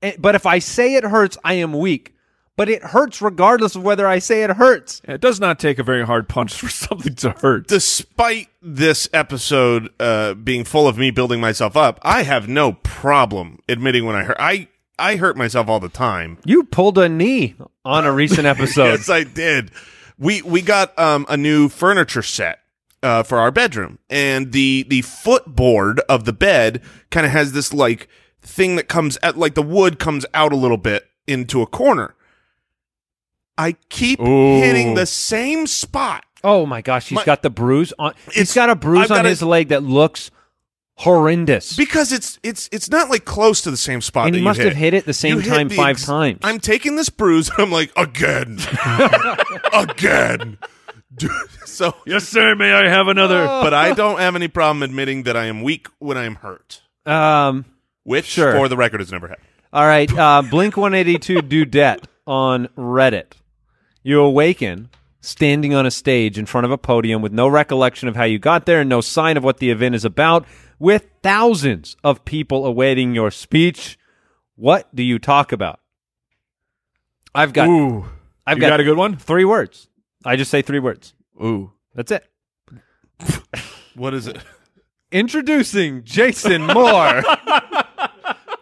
S4: eh, but if I say it hurts, I am weak. But it hurts regardless of whether I say it hurts.
S3: It does not take a very hard punch for something to hurt.
S1: Despite this episode uh, being full of me building myself up, I have no problem admitting when I hurt. I I hurt myself all the time.
S4: You pulled a knee on a recent episode.
S1: yes, I did. We we got um, a new furniture set uh, for our bedroom, and the the footboard of the bed kind of has this like thing that comes at like the wood comes out a little bit into a corner. I keep
S3: Ooh.
S1: hitting the same spot.
S4: Oh my gosh, he's
S1: My-
S4: got the bruise on.
S1: It's-
S4: He's got a bruise
S1: I've
S4: on
S1: got a-
S4: his leg that looks horrendous.
S1: Because it's it's it's not like close to the same spot.
S4: And
S1: that
S4: he
S1: you
S4: must have hit it the same
S1: You hit
S4: time
S1: the
S4: five
S1: ex-
S4: times.
S1: I'm taking this bruise, and I'm like again, again. Dude, so,
S3: Yes, sir. May I have another?
S1: but I don't have any problem admitting that I am weak when I am hurt,
S4: um,
S1: which
S4: Sure.
S1: for the record has never happened.
S4: All right, uh, Blink 182 Dudette on Reddit. You awaken standing on a stage in front of a podium with no recollection of how you got there and no sign of what the event is about, with thousands of people awaiting your speech. What do you talk about? I've
S6: Oh.
S4: got
S3: Ooh,
S4: I've
S3: you
S4: got,
S3: got a good one.
S4: three words. I just say three words.
S3: Ooh,
S4: That's it.
S1: What is it?
S4: Introducing Jason Moore.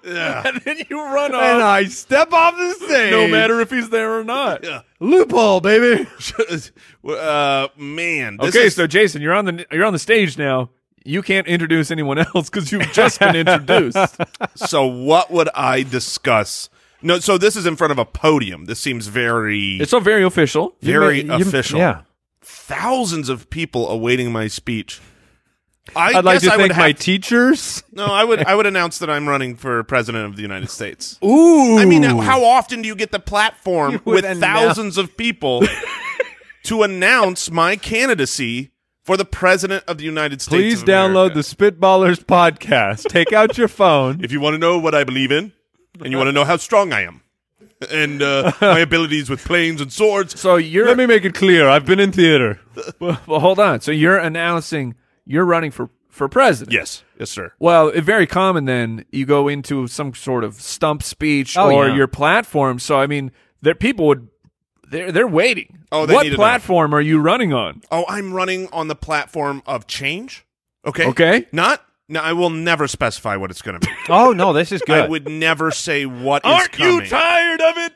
S3: and then you run off.
S6: and I step off the stage.
S3: no matter if he's there or not.
S6: Loophole, baby.
S1: uh, man. This
S3: okay,
S1: is-
S3: so Jason, you're on the you're on the stage now. You can't introduce anyone else because you've just been introduced.
S1: so what would I discuss? No, so this is in front of a podium. This seems very,
S3: it's all very official.
S1: very
S4: You- you-
S1: official.
S4: Yeah.
S1: Thousands of people awaiting my speech. I
S4: I'd
S1: guess
S4: like to
S1: I would
S4: thank my
S1: have-
S4: teachers.
S1: no. I would. I would announce that I'm running for president of the United States.
S4: Ooh.
S1: I mean, how often do you get the platform
S4: would
S1: with
S4: announce-
S1: thousands of people to announce my candidacy for the president of the United States?
S6: Please
S1: of
S6: download
S1: America?
S6: the Spitballers podcast. Take out your phone.
S1: If you want to know what I believe in, and you want to know how strong I am, and uh, my abilities with planes and swords,
S3: So you're
S6: Let me make it clear. I've been in theater.
S3: well, hold on. So you're announcing you're running for for president.
S1: yes, yes, sir.
S3: Well, it, very common then you go into some sort of stump speech
S4: Oh,
S3: or
S4: yeah.
S3: your platform. So I mean, there people would they're they're waiting.
S1: Oh, they
S3: what
S1: need to know.
S3: platform are you running on?
S1: Oh, I'm running on the platform of change. Okay,
S3: Okay.
S1: not. No, I will never specify what it's going to be.
S4: Oh no, this is
S1: I
S4: good.
S1: would never say what is
S3: Aren't you
S1: coming.
S3: tired of it?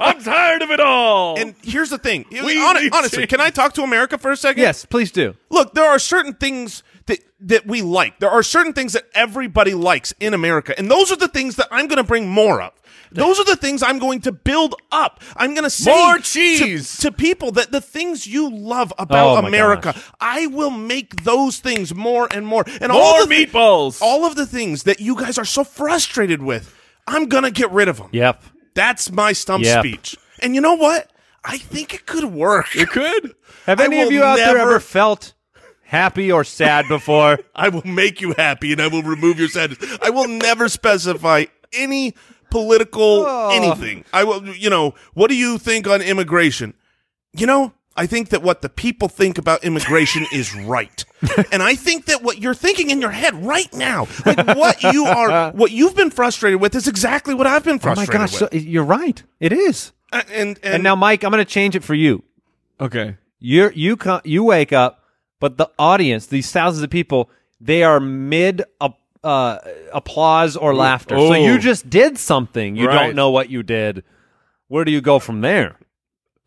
S3: I'm tired of it all.
S1: and here's the thing.
S3: We
S1: Hon-
S3: need
S1: honestly,
S3: change.
S1: can I talk to America for a second?
S4: yes, please do.
S1: look, there are certain things that that we like. There are certain things that everybody likes in America, and those are the things that I'm going to bring more of. Those are the things I'm going to build up. I'm going to say
S3: More
S1: to-
S3: cheese. Oh
S1: to, people that the things you love about
S4: my
S1: America, I will make those things more and more. And all the
S3: More
S1: thi-
S3: meatballs.
S1: all of the things that you guys are so frustrated with, I'm going to get rid of them.
S4: Yep.
S1: That's my stump
S4: Yep.
S1: speech. And you know what? I think it could work.
S3: it could.
S4: Have
S1: I
S4: any of
S1: will
S4: you out there
S1: never-
S4: ever felt happy or sad before?
S1: I will make you happy and I will remove your sadness. I will never specify any political anything. I will, you know, what do you think on immigration? You know, I think that what the people think about immigration is right. And I think that what you're thinking in your head right now, like what you are, what you've been frustrated with is exactly what I've been
S4: oh my
S1: frustrated
S4: gosh, so,
S1: with.
S4: you're right. It is.
S1: Uh, and, and,
S4: And now, Mike, I'm going to change it for you.
S3: Okay.
S4: You you co- you wake up, but the audience, these thousands of people, they are mid uh, uh, applause or laughter. So
S3: oh.
S4: you just did something. You
S3: Right.
S4: don't know what you did. Where do you go from there?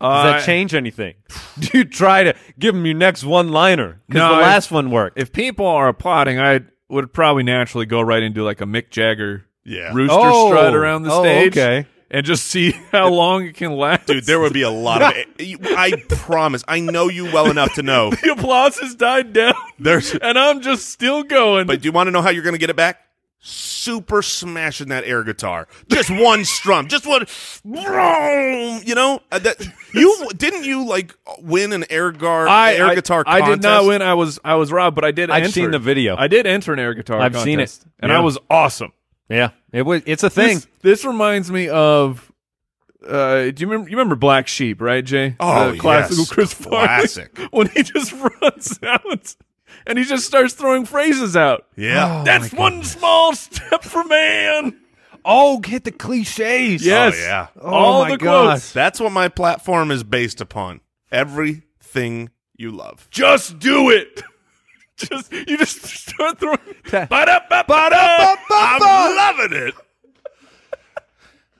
S4: Does
S3: Uh,
S4: that change anything? Do you try to give them your next one liner? Because
S3: No,
S4: the
S3: I-
S4: last one worked.
S3: If people are applauding, I would probably naturally go right into like a Mick Jagger
S1: Yeah.
S3: rooster
S4: Oh.
S3: strut around the
S4: Oh,
S3: stage.
S4: okay.
S3: And just see how long it can last.
S1: dude, there would be a lot of, I promise, I know you well enough to know
S3: the applause has died down.
S1: there's,
S3: And I'm just still going.
S1: But do you want to know how you're going to get it back? Super smashing that air guitar. Just one strum. Just one. Vroom, you know, Uh, that, you didn't you like win an air guard air guitar
S3: I
S1: contest?
S3: did not win. I was I was robbed, but I did.
S4: I've
S3: enter.
S4: seen the video.
S3: I did enter an air guitar.
S4: I've seen it.
S3: contest, and
S4: Yeah.
S3: I was awesome.
S4: yeah, it was. It's a thing.
S3: This, this reminds me of. Uh, do you remember? You remember Black Sheep, right, Jay?
S1: Oh,
S3: the classical
S1: yes.
S3: Chris Farley.
S1: Classic.
S3: when he just runs out and he just starts throwing phrases out. Oh,
S1: Yeah.
S3: That's one small step for man.
S4: oh, get the cliches.
S3: Yes.
S1: yeah.
S4: Oh
S3: All
S4: my
S3: the
S4: gosh.
S3: quotes.
S1: That's what my platform is based upon. Everything you love.
S3: Just do it. Just you just start throwing. Ba-da-ba-ba-da.
S1: I'm loving it.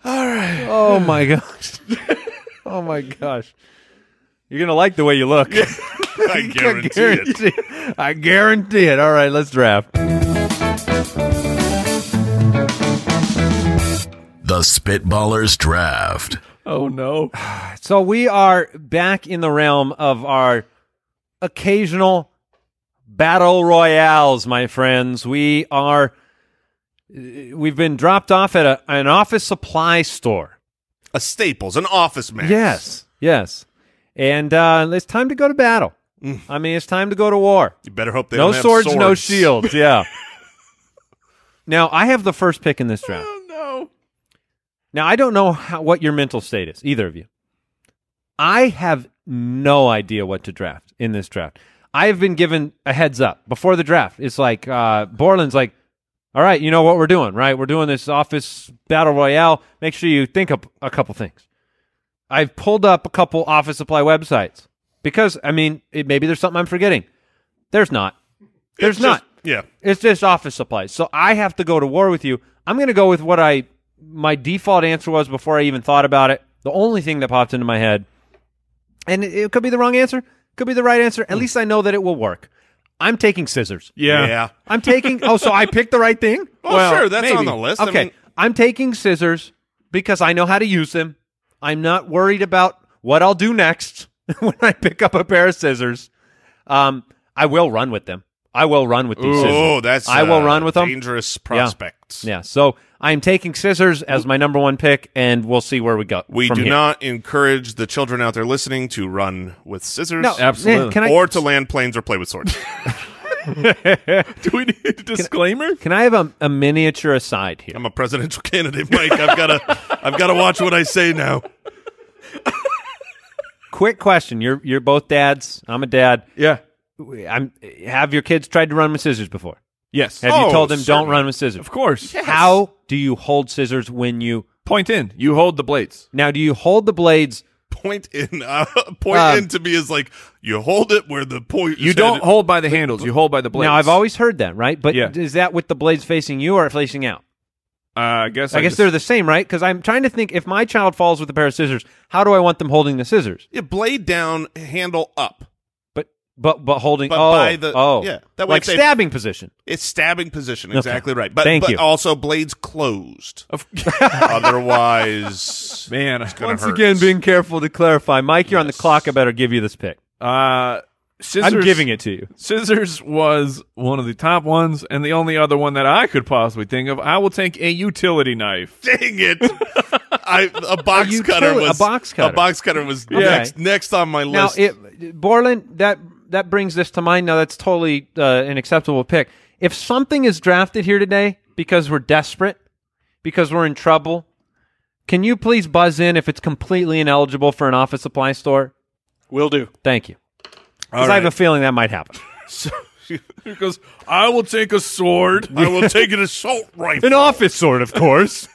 S4: Oh my gosh. oh my gosh. You're gonna like the way you look.
S1: I guarantee it.
S4: it. I guarantee it. All right, let's draft.
S2: The Spitballers Draft.
S3: Oh no.
S4: So we are back in the realm of our occasional battle royales, my friends. We are we've been dropped off at a, an office supply store.
S1: A Staples, an Office man.
S4: Yes, yes, and uh, it's time to go to battle. I mean, it's time to go to war.
S1: You better hope they
S4: no
S1: don't have
S4: swords,
S1: swords,
S4: no shields. Yeah. now I have the first pick in this draft.
S3: Oh no.
S4: Now I don't know how, what your mental state is, either of you. I have no idea what to draft in this draft. I have been given a heads up before the draft. It's like uh, Borland's like, "All right, you know what we're doing, right? We're doing this office battle royale. Make sure you think up a couple things." I've pulled up a couple office supply websites because I mean, it, maybe there's something I'm forgetting. There's not. There's not.
S1: Yeah.
S4: It's just office supplies. So I have to go to war with you. I'm going to go with what I my default answer was before I even thought about it. The only thing that popped into my head, and it, it could be the wrong answer, could be the right answer. At least I know that it will work. I'm taking scissors.
S1: Yeah.
S4: I'm taking. Oh, so I picked the right thing.
S1: Well, sure, that's on the list. I
S4: Okay,
S1: mean-
S4: I'm taking scissors because I know how to use them. I'm not worried about what I'll do next when I pick up a pair of scissors. Um, I will run with them. I will run with these scissors.
S1: Oh, that's
S4: I will
S1: uh,
S4: run with them.
S1: Dangerous prospects.
S4: Yeah. So I'm taking scissors as my number one pick, and we'll see where we go.
S1: We
S4: from
S1: do
S4: here.
S1: not encourage the children out there listening to run with scissors.
S4: No,
S3: Absolutely.
S4: eh, Can I,
S1: or to land planes or play with swords.
S3: Do we need a disclaimer?
S4: can I have a, a miniature aside here?
S1: I'm a presidential candidate, Mike. I've got to I've got to watch what I say now.
S4: Quick question. You're you're both dads. I'm a dad.
S3: Yeah.
S4: I'm. Have your kids tried to run with scissors before?
S3: Yes.
S4: Have
S1: Oh,
S4: you told them don't
S1: certainly.
S4: run with scissors?
S3: Of course.
S4: How do you hold scissors when you
S3: Point in. You hold the blades.
S4: now? Do you hold the blades?
S1: Point in uh, point
S4: Um,
S1: in to me is like you hold it where the point
S3: You
S1: is
S3: don't
S1: headed.
S3: hold by the handles. You hold by the blades.
S4: Now I've always heard that, right? But
S3: Yeah.
S4: is that with the blades facing you or facing out?
S3: Uh, I guess.
S4: I guess
S3: just-
S4: they're the same, right? Because I'm trying to think if my child falls with a pair of scissors, how do I want them holding the scissors?
S1: Yeah, blade down, handle up.
S4: But but but holding
S1: But
S4: oh
S1: by the-
S4: oh
S1: yeah, that way
S4: like
S1: if they-
S4: stabbing position.
S1: It's stabbing position, exactly right. But
S4: Thank
S1: but
S4: you.
S1: also blades closed. Otherwise,
S3: man.
S1: gonna
S3: once
S1: hurt.
S4: Again, being careful to clarify, Mike, you're on the clock. I better give you this pick.
S3: Uh, scissors,
S4: I'm giving it to you.
S3: Scissors was one of the top ones, and the only other one that I could possibly think of. I will take a utility knife.
S1: dang it! I a box
S4: A
S1: cutter
S4: utili-
S1: was
S4: a box
S1: A
S4: cutter.
S1: box cutter was
S4: Okay.
S1: next next on my
S4: Now,
S1: list.
S4: it, Borland, that that brings this to mind. Now, that's totally uh, an acceptable pick. If something is drafted here today because we're desperate, because we're in trouble, can you please buzz in if it's completely ineligible for an office supply store?
S5: Will do.
S4: Thank you. Because I have a feeling that might happen.
S3: Because I will take a sword.
S1: I will take an assault rifle.
S6: An office sword, of course.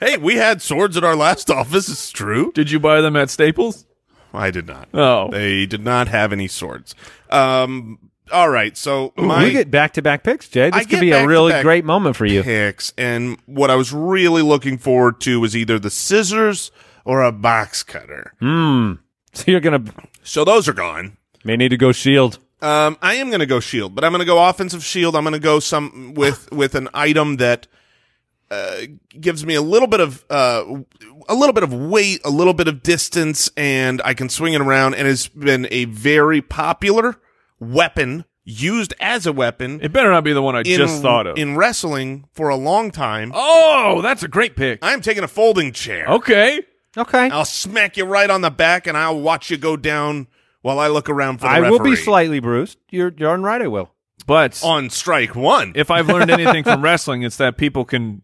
S1: hey, we had swords at our last office. It's true.
S3: Did you buy them at Staples?
S1: I did not.
S3: Oh,
S1: They did not have any swords. Um. All right. So my
S4: we get back to back picks, Jay. This
S1: I
S4: could
S1: get
S4: be a really
S1: back-to-back
S4: great moment for you.
S1: picks, and what I was really looking forward to was either the scissors or a box cutter.
S4: Hmm? So you're going to
S1: So those are gone.
S4: may need to go shield.
S1: Um, I am going to go shield, but I'm going to go offensive shield. E I'm going to go some with with an item that uh, gives me a little bit of uh, a little bit of weight, a little bit of distance, and I can swing it around. And has been a very popular weapon used as a weapon
S3: it better not be the one I just thought of.
S1: in wrestling for a long time.
S3: oh, that's a great pick.
S1: I'm taking a folding chair.
S3: Okay,
S4: Okay.
S1: I'll smack you right on the back, and I'll watch you go down while I look around for the
S4: I will be
S1: referee.
S4: slightly bruised. You're darn right I will.
S3: but
S1: on strike one.
S3: if I've learned anything from wrestling, it's that people can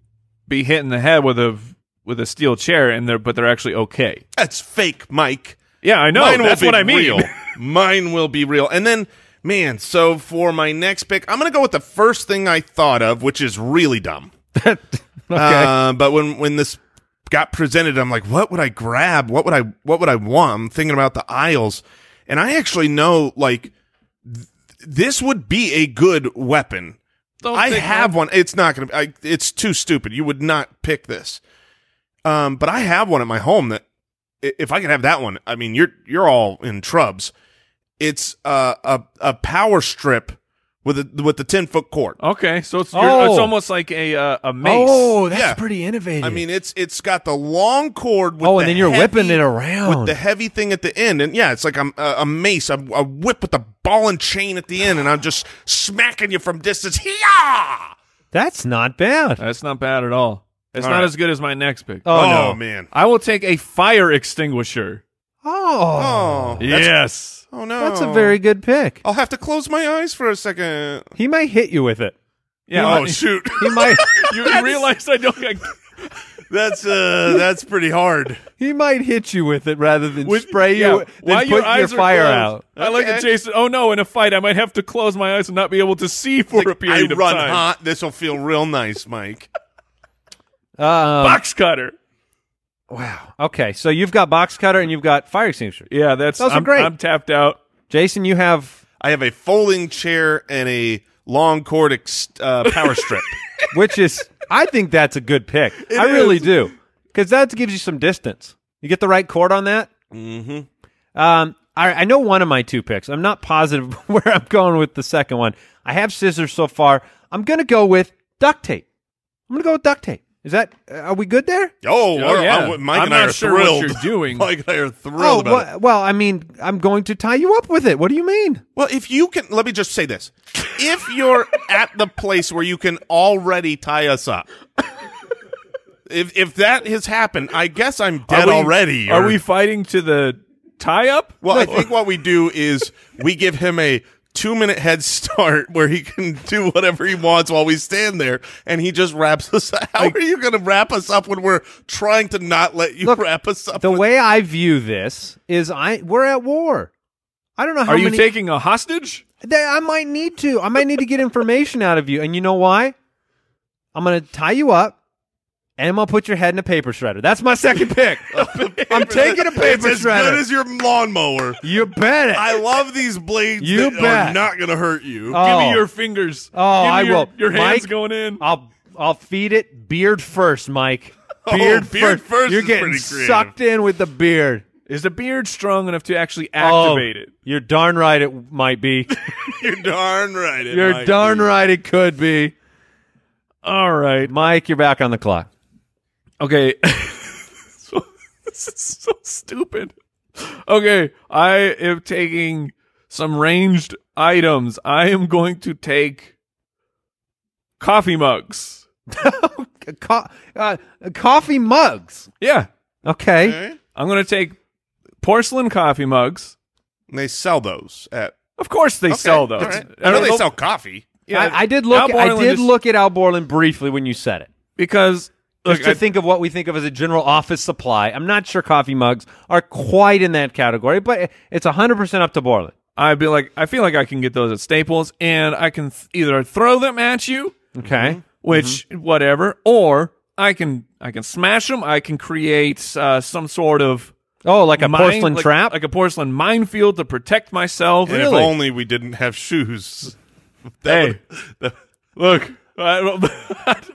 S3: be hit in the head with a with a steel chair, and they're but they're actually okay.
S1: That's fake, Mike.
S3: Yeah, I know.
S1: Mine will
S3: that's
S1: be
S3: what I mean.
S1: Real. Mine will be real. And then, man, so for my next pick, I'm going to go with the first thing I thought of, which is really dumb. Uh, but when when this got presented, I'm like, what would I grab? What would I what would I want? I'm thinking about the aisles, and I actually know like th- this would be a good weapon. I have one. It's not going to. I It's too stupid. You would not pick this. Um, but I have one at my home that i- if I could have that one, I mean, you're you're all in trubs. It's uh, a a power strip with a, with the ten foot cord.
S3: Okay, so it's you're-
S4: Oh.
S3: it's almost like a uh, a mace.
S1: that's Yeah.
S4: pretty innovative.
S1: I mean, it's it's got the long cord. With
S4: Oh, and
S1: the
S4: then you're
S1: heavy-
S4: whipping it around.
S1: with the heavy thing at the end, and yeah, it's like a, a, a mace, a, a whip with the ball and chain at the end, and I'm just smacking you from distance. Hee-yah!
S4: That's not bad.
S3: That's not bad at all. It's
S1: All
S3: not
S1: right.
S3: as good as my next pick.
S4: Oh, no.
S1: man!
S3: I will take a fire extinguisher.
S4: Oh,
S1: Oh, that's-
S3: Yes.
S1: oh no! Oh.
S4: that's a very good pick.
S1: I'll have to close my eyes for a second.
S4: He might hit you with it.
S3: Yeah.
S1: Oh
S3: I-
S1: shoot!
S4: He might.
S3: you you realize I don't.
S1: that's uh, that's pretty hard.
S4: he might hit you with it rather than
S3: With-
S4: spray you.
S3: yeah,
S4: than
S3: while
S4: put
S3: your
S4: your
S3: eyes are
S4: fire
S3: closed.
S4: out.
S3: I like
S1: Okay.
S3: that, Jason. Oh no! In a fight, I might have to close my eyes and not be able to see for a
S1: I
S3: period of
S1: run
S3: time.
S1: hot. This will feel real nice, Mike.
S4: Um,
S3: Box cutter.
S4: wow. Okay, so you've got box cutter and you've got fire extinguisher.
S3: Yeah, that's
S4: Those are
S3: I'm,
S4: great.
S3: I'm tapped out.
S4: Jason, you have
S1: I have a folding chair and a long cord ex- uh, power strip.
S4: which is I think that's a good pick. I really do because that gives you some distance. You get the right chord on that. Mm-hmm. Um, I, I know one of my two picks. I'm not positive where I'm going with the second one. I have scissors so far. I'm gonna go with duct tape. I'm gonna go with duct tape. Is that? uh, Are we good there?
S1: Oh, all right.
S3: yeah.
S1: I- Mike
S3: I'm
S1: and I
S3: not
S1: are
S3: sure what
S1: thrilled.
S3: you're doing.
S1: Mike and I are thrilled
S4: Oh
S1: about it.
S4: well, well, I mean, I'm going to tie you up with it. What do you mean?
S1: Well, if you can, let me just say this: if you're at the place where you can already tie us up, if if that has happened, I guess I'm dead
S3: we-
S1: already.
S3: Are
S1: or-
S3: we fighting to the tie up?
S1: Well, I think what we do is we give him a two minute head start where he can do whatever he wants while we stand there, and he just wraps us. up. How are you going to wrap us up when we're trying to not let you
S4: Look,
S1: wrap us up?
S4: The
S1: with-
S4: way I view this is, I we're at war. I don't know how
S3: are you
S4: many.
S3: taking a hostage?
S4: They, I might need to. I might need to get information out of you. And you know why? I'm going to tie you up and I'm going to put your head in a paper shredder. That's my second pick. I'm taking a
S1: It's
S4: paper
S1: as good
S4: shredder.
S1: as your lawnmower.
S4: you bet it.
S1: I love these blades.
S4: You
S1: that are
S4: bet.
S1: not going to hurt you.
S4: Oh,
S3: Give me your fingers.
S4: Oh,
S3: Give me
S4: I
S3: your,
S4: will.
S3: Your hands
S4: Mike,
S3: going in.
S4: I'll I'll feed it beard first, Mike.
S1: Oh,
S4: Beard,
S1: beard first
S4: You're
S1: is
S4: getting
S1: pretty creative.
S4: sucked in with the beard.
S3: Is the beard strong enough to actually activate
S4: Oh,
S3: it?
S4: You're darn right it might be.
S1: You're darn right. it
S4: You're
S1: might
S4: darn
S1: be.
S4: right it could be. All right. Mike, you're back on the clock.
S3: Okay. So- this is so stupid. Okay, I am taking some ranged items. I am going to take coffee mugs.
S4: Co- uh, coffee mugs.
S3: Yeah,
S4: Okay.
S1: Okay.
S3: I'm going to take porcelain coffee mugs.
S1: And they sell those at.
S3: Of course, they
S1: Okay,
S3: sell those.
S1: all right. I know they sell coffee.
S3: Yeah,
S4: I, I did
S3: Al
S4: look. I
S3: Borland
S4: did
S3: just-
S4: look at Al Borland briefly when you said it,
S3: because
S4: just
S3: look,
S4: to
S3: I-
S4: think of what we think of as a general office supply. I'm not sure coffee mugs are quite in that category, but it's 100 percent up to Borland.
S3: I'd be like, I feel like I can get those at Staples, and I can th- either throw them at you, mm-hmm,
S4: Okay, Mm-hmm.
S3: which whatever, or I can I can smash them. I can create uh, some sort of
S4: oh, like a
S3: mine-
S4: porcelain
S3: like-
S4: trap.
S3: like a porcelain minefield to protect myself.
S1: And if only we didn't have shoes. That
S3: Hey, look, I don't-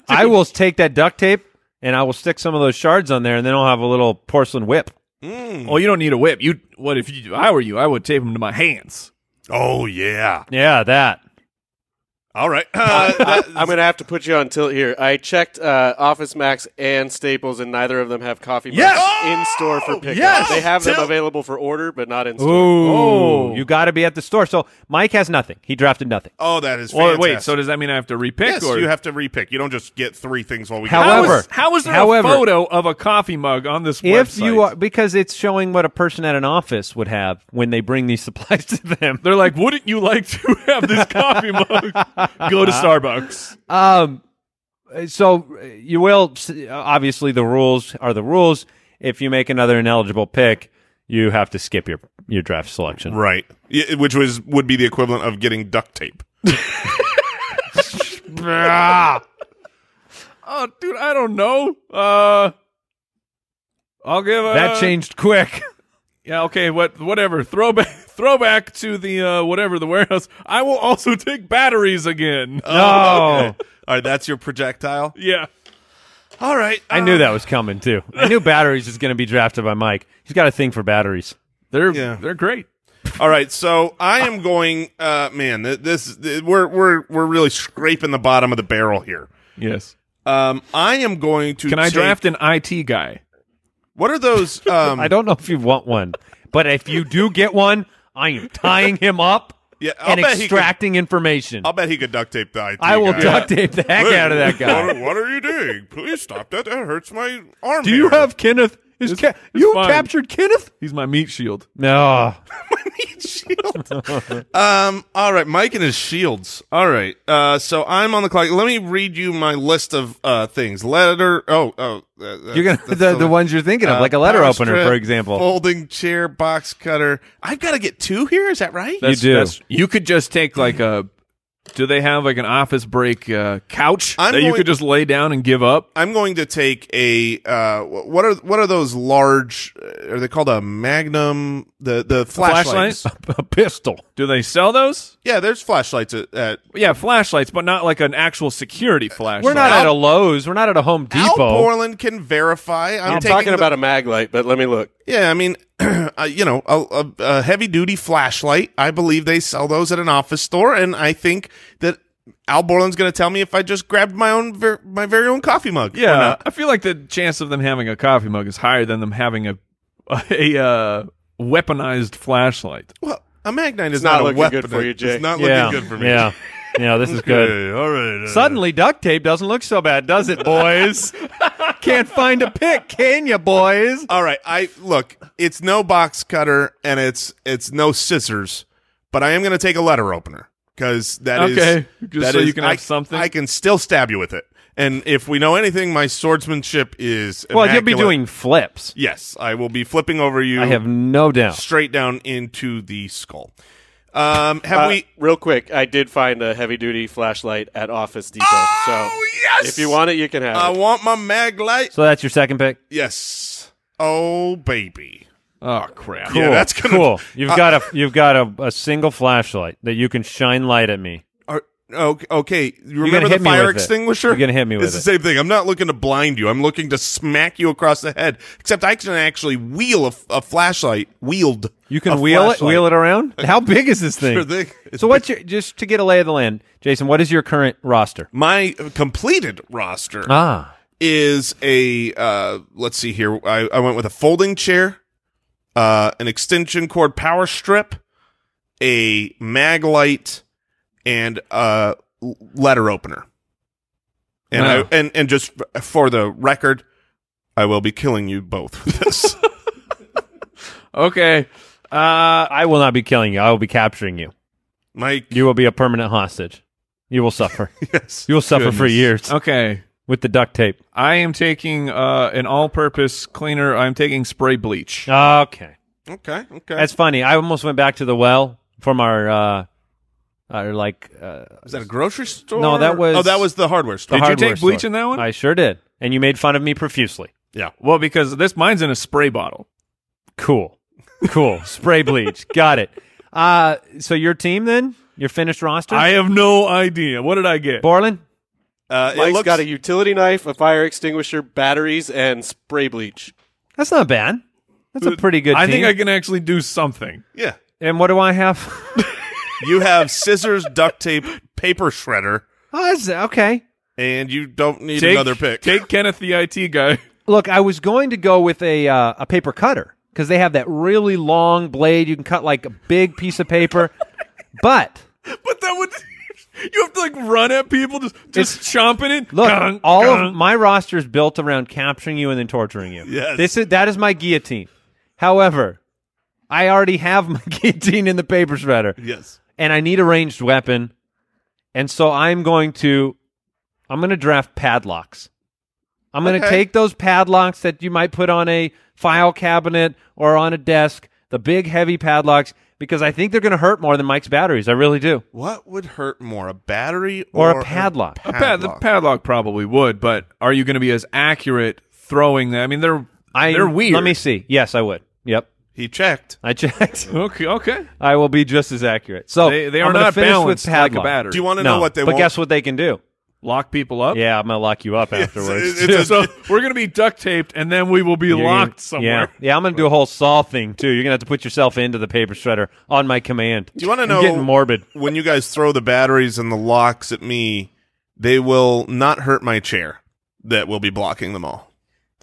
S4: I will take that duct tape and I will stick some of those shards on there, and then I'll have a little porcelain whip.
S3: well, you don't need a whip. You what if you? I were you, I would tape them to my hands.
S1: would- oh yeah.
S4: Yeah, that.
S1: All right. Uh, that-
S5: I'm going to have to put you on tilt here. I checked uh, Office Max and Staples, and neither of them have coffee mugs
S1: Yes!
S5: in store for pickup.
S1: Yes!
S5: They have them
S1: Tilt.
S5: available for order, but not in
S4: Ooh,
S5: store.
S3: Oh,
S4: you got to be at the store. So Mike has nothing. He drafted nothing.
S1: oh, that is.
S3: Well,
S1: Fantastic.
S3: wait. So does that mean I have to repick?
S1: yes,
S3: or
S1: you have to repick. You don't just get three things while we.
S4: How-
S1: get
S3: How
S4: However-
S3: is- how is there
S4: however-
S3: a photo of a coffee mug on this
S4: If
S3: website?
S4: you are, because it's showing what a person at an office would have when they bring these supplies to them.
S3: They're like, wouldn't you like to have this coffee mug? Go to Starbucks.
S4: Um, so uh, you will obviously the rules are the rules. If you make another ineligible pick, you have to skip your your draft selection.
S1: right, Y- which was would be the equivalent of getting duct tape.
S3: Oh, dude, I don't know. Uh, I'll give a,
S4: That changed quick.
S3: Yeah, okay, what, whatever. Throwback, throwback to the uh, whatever the warehouse. I will also take batteries again.
S4: No,
S1: All right, that's your projectile.
S3: yeah,
S1: All right,
S4: I knew that was coming too. I knew batteries is going to be drafted by Mike. He's got a thing for batteries.
S3: they're
S1: Yeah.
S3: they're great.
S1: All right, so I am going. Uh, man, th- this th- we're we're we're really scraping the bottom of the barrel here.
S3: Yes.
S1: Um, I am going to.
S3: Can I
S1: take-
S3: draft an IT guy?
S1: What are those? Um,
S4: I don't know if you want one, but if you do get one, I am tying him up
S1: Yeah, I'll
S4: and
S1: bet he could-
S4: extracting information.
S1: I'll bet he could duct tape the IT.
S4: I will
S1: guy.
S4: duct tape the heck out of that guy.
S1: What, what are you doing? Please stop that. That hurts my arm.
S4: Do you
S1: hair.
S4: have Kenneth? Is
S3: It's-
S4: Ke-
S3: it's
S4: you
S3: fine.
S4: captured Kenneth?
S3: He's my meat shield.
S4: No.
S1: Um. All right, Mike and his shields. All right. Uh. So I'm on the clock. Let me read you my list of uh things. Letter. Oh. Oh. uh,
S4: You're
S1: that's- Uh,
S4: gonna
S1: that's
S4: the, the ones you're thinking of, like a letter
S1: power
S4: opener,
S1: strip,
S4: for example.
S1: Folding chair, box cutter. I've got to get two here. Is that right?
S4: do.
S3: you could just take like a Do they have like an office break uh, couch
S1: I'm
S3: that you
S1: going-
S3: could just lay down and give up?
S1: I'm going to take a uh, wh- what are what are those large? uh, Are they called a magnum? The the flashlights.
S3: A pistol. Do they sell those?
S1: Yeah, there's flashlights at, at
S3: Yeah, flashlights, but not like an actual security flashlight.
S4: We're not
S1: Al-
S4: at a Lowe's. We're not at a Home
S1: Al
S4: Depot.
S1: Borland can verify. I'm,
S5: I'm
S1: taking
S5: talking
S1: the-
S5: about a mag light, but let me look.
S1: Yeah, I mean, uh, you know, a, a, a heavy duty flashlight. I believe they sell those at an office store, and I think that Al Borland's going to tell me if I just grabbed my own ver- my very own coffee mug. or
S3: Yeah,
S1: not.
S3: I feel like the chance of them having a coffee mug is higher than them having a a uh, weaponized flashlight.
S1: Well, a magnite is
S5: not
S1: not, a
S5: looking
S1: weapon.
S5: good for you, Jay.
S1: It's not
S4: yeah.
S1: looking good for me.
S4: Yeah. Yeah, this is good.
S6: Okay, all right. uh,
S4: Suddenly, duct tape doesn't look so bad, does it, boys? Can't find a pick, can you, boys?
S1: All right, I look. It's no box cutter and it's it's no scissors, but I am going to take a letter opener because that is
S3: Okay, just
S1: that
S3: so you
S1: is-
S3: can
S1: I-
S3: have something.
S1: I can still stab you with it, and if we know anything, my swordsmanship is
S4: Well, you'll be
S1: immaculate.
S4: doing flips.
S1: Yes, I will be flipping over you.
S4: I have no doubt.
S1: straight down into the skull. Um, have
S5: Uh,
S1: we?
S5: real quick? I did find a heavy duty flashlight at Office Depot.
S1: Oh yes!
S5: so if you want it, you can have
S1: I
S5: it.
S1: want my mag light.
S4: So that's your second pick.
S1: Yes. Oh baby.
S3: Oh crap!
S1: Yeah, that's gonna-
S4: Ah, cool. You've
S1: Uh,
S4: got a you've got a, a single flashlight that you can shine light at me.
S1: Are- Okay, okay. You
S4: You're gonna
S1: remember
S4: hit
S1: the
S4: me
S1: fire
S4: with it.
S1: extinguisher?
S4: You're gonna hit me with
S1: It's
S4: it.
S1: the same thing. I'm not looking to blind you. I'm looking to smack you across the head. Except I can actually wheel a, f- a flashlight. Wield.
S4: You can wheel it, wheel it around. How big is this thing?
S1: Sure thing.
S4: So what's your just to get a lay of the land, Jason? What is your current roster?
S1: My completed roster
S4: Ah,
S1: is a uh let's see here I, I went with a folding chair uh an extension cord power strip a mag light and a l- letter opener and
S3: Wow.
S1: i and and just f- for the record i will be killing you both with this
S3: Okay. Uh,
S4: I will not be killing you. I will be capturing you.
S1: mike
S4: You will be a permanent hostage. You will suffer.
S1: yes
S4: You will suffer for years
S3: okay.
S4: with the duct tape.
S3: I am taking uh, an all-purpose cleaner. I'm taking spray bleach.
S4: Okay,
S1: okay okay
S4: that's funny. I almost went back to the well from our uh, our like uh,
S1: is that a grocery store
S4: No, that was-
S1: oh that was the hardware store
S4: the
S3: Did you
S4: hardware
S3: take bleach
S4: store.
S3: in that one?
S4: I sure did, and you made fun of me profusely.
S3: Well, because this mine's in a spray bottle.
S4: Cool, cool. Spray bleach. Got it. Uh, so your team then? Your finished roster?
S3: I have no idea. What did I get?
S4: Borland.
S1: uh, it
S5: Mike's
S1: looks
S5: got a utility knife, a fire extinguisher, batteries, and spray bleach.
S4: That's not bad. That's a pretty good
S3: Uh, I
S4: team.
S3: think I can actually do something.
S1: yeah
S4: and what do I have?
S1: you have scissors duct tape paper shredder
S4: oh, that's, okay.
S1: and you don't need
S3: Take-
S1: another pick
S3: Take Kenneth, the IT guy.
S4: Look, I was going to go with a uh, a paper cutter because they have that really long blade. You can cut like a big piece of paper, but
S3: But that would you have to like run at people just just chomping it.
S4: look,
S3: Gung,
S4: all of
S3: gung.
S4: my roster is built around capturing you and then torturing you.
S1: Yes.
S4: this is that is my guillotine. However, I already have my guillotine in the paper shredder.
S1: Yes.
S4: and I need a ranged weapon. And so I'm going to I'm going to draft padlocks. I'm going to
S1: Okay.
S4: take those padlocks that you might put on a file cabinet or on a desk, the big heavy padlocks because I think they're going to hurt more than Mike's batteries. I really do.
S1: What would hurt more, a battery
S4: Or
S1: or,
S4: a padlock.
S1: A
S3: Pad, the
S1: padlock.
S3: padlock probably would, but are you going to be as accurate throwing that? I mean, they're
S4: I
S3: they're weird.
S4: Let me see. Yes, I would. Yep.
S1: he checked.
S4: I checked.
S3: Okay, okay.
S4: I will be just as accurate. So
S3: They they
S4: I'm
S3: are
S4: gonna
S3: not
S4: finish
S3: balanced
S4: with
S3: like a
S4: padlock.
S3: battery.
S1: Do you want to
S4: No,
S1: know what they
S4: but
S1: won't?
S4: guess what they can do?
S3: lock people up?
S4: Yeah, I'm gonna lock you up afterwards.
S1: It's- it's
S3: so
S1: a-
S3: we're going to be duct taped, and then we will be
S4: You're
S3: locked
S4: gonna-
S3: somewhere.
S4: Yeah, yeah. I'm gonna do a whole saw thing too. You're gonna have to put yourself into the paper shredder on my command.
S1: Do you want to
S4: I'm
S1: know
S4: Getting morbid.
S1: when you guys throw the batteries and the locks at me, they will not hurt my chair that will be blocking them all.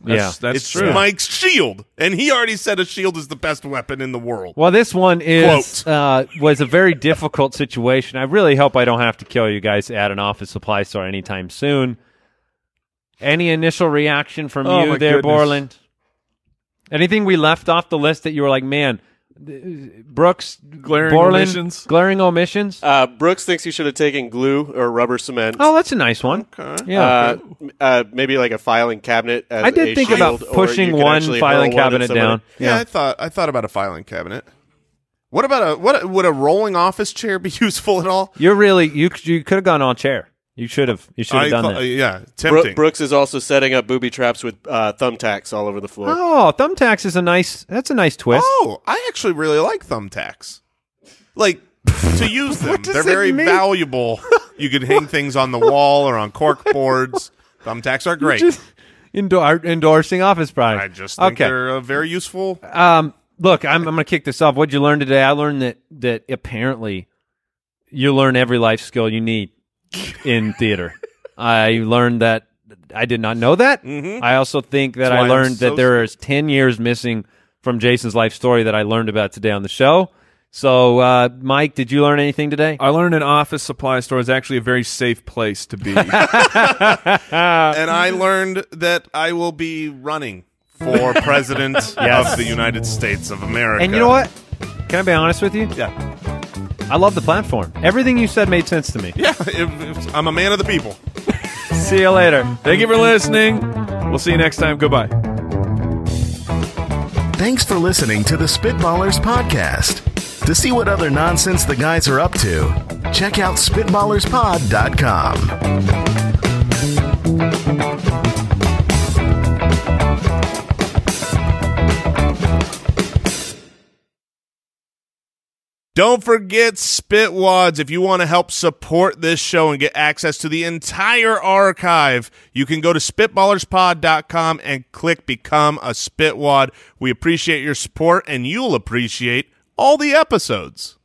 S3: That's,
S4: yeah.
S3: that's
S1: it's
S3: true.
S1: Mike's shield, and he already said a shield is the best weapon in the world.
S4: Well, this one is uh, was a very difficult situation. I really hope I don't have to kill you guys at an office supply store anytime soon. Any initial reaction from
S3: Oh,
S4: you
S3: my
S4: there,
S3: goodness.
S4: Borland? Anything we left off the list that you were like, man, th- Brooks,
S3: Glaring
S4: Borland,
S3: omissions?
S4: glaring omissions?
S5: Uh, Brooks thinks you should have taken glue or rubber cement.
S4: oh, that's a nice one. Yeah.
S5: Uh, m- uh, maybe like a filing cabinet. As
S4: I did
S5: a
S4: think
S5: shield,
S4: about
S5: or you
S4: pushing
S5: could
S4: one
S5: actually
S4: filing
S5: hurl one at
S4: cabinet
S5: somebody.
S4: down.
S1: yeah, I thought I thought about a filing cabinet. What about a what would a rolling office chair be useful at all?
S4: You're really you. c- You could have gone all chair. You should have. You should have done
S1: thought-
S5: uh,
S4: that.
S1: yeah,
S5: Bro-
S1: tempting.
S5: Brooks is also setting up booby traps with uh, thumbtacks all over the floor.
S4: Oh, thumbtacks is a nice. That's a nice twist.
S1: Oh, I actually really like thumbtacks. Like to use them, they're very valuable. You could hang things on the wall or on cork boards. Thumbtacks are great.
S4: Just endor- endorsing office products.
S1: I just think
S4: okay.
S1: they're uh, very useful.
S4: Um, look, I'm, I'm going to kick this off. What'd you learn today? I learned that that apparently you learn every life skill you need in theater. I learned that I did not know that.
S1: Mhm.
S4: I also think that
S1: That's why
S4: I
S1: I'm
S4: learned
S1: so
S4: that there is ten years missing from Jason's life story that I learned about today on the show. So, uh, Mike, did you learn anything today?
S3: I learned an office supply store is actually a very safe place to be.
S1: and I learned that I will be running for president of the United States of America.
S4: And you know what? Can I be honest with you?
S1: Yeah,
S4: I love the platform. Everything you said made sense to me.
S1: yeah. if- if- I'm a man of the people.
S4: See you later.
S3: Thank you for listening. We'll see you next time. Goodbye.
S2: Thanks for listening to the Spitballers Podcast. To see what other nonsense the guys are up to, check out SpitballersPod.com.
S1: Don't forget Spitwads. If you want to help support this show and get access to the entire archive, you can go to spitballerspod.com and click Become a Spitwad. We appreciate your support, and you'll appreciate all the episodes.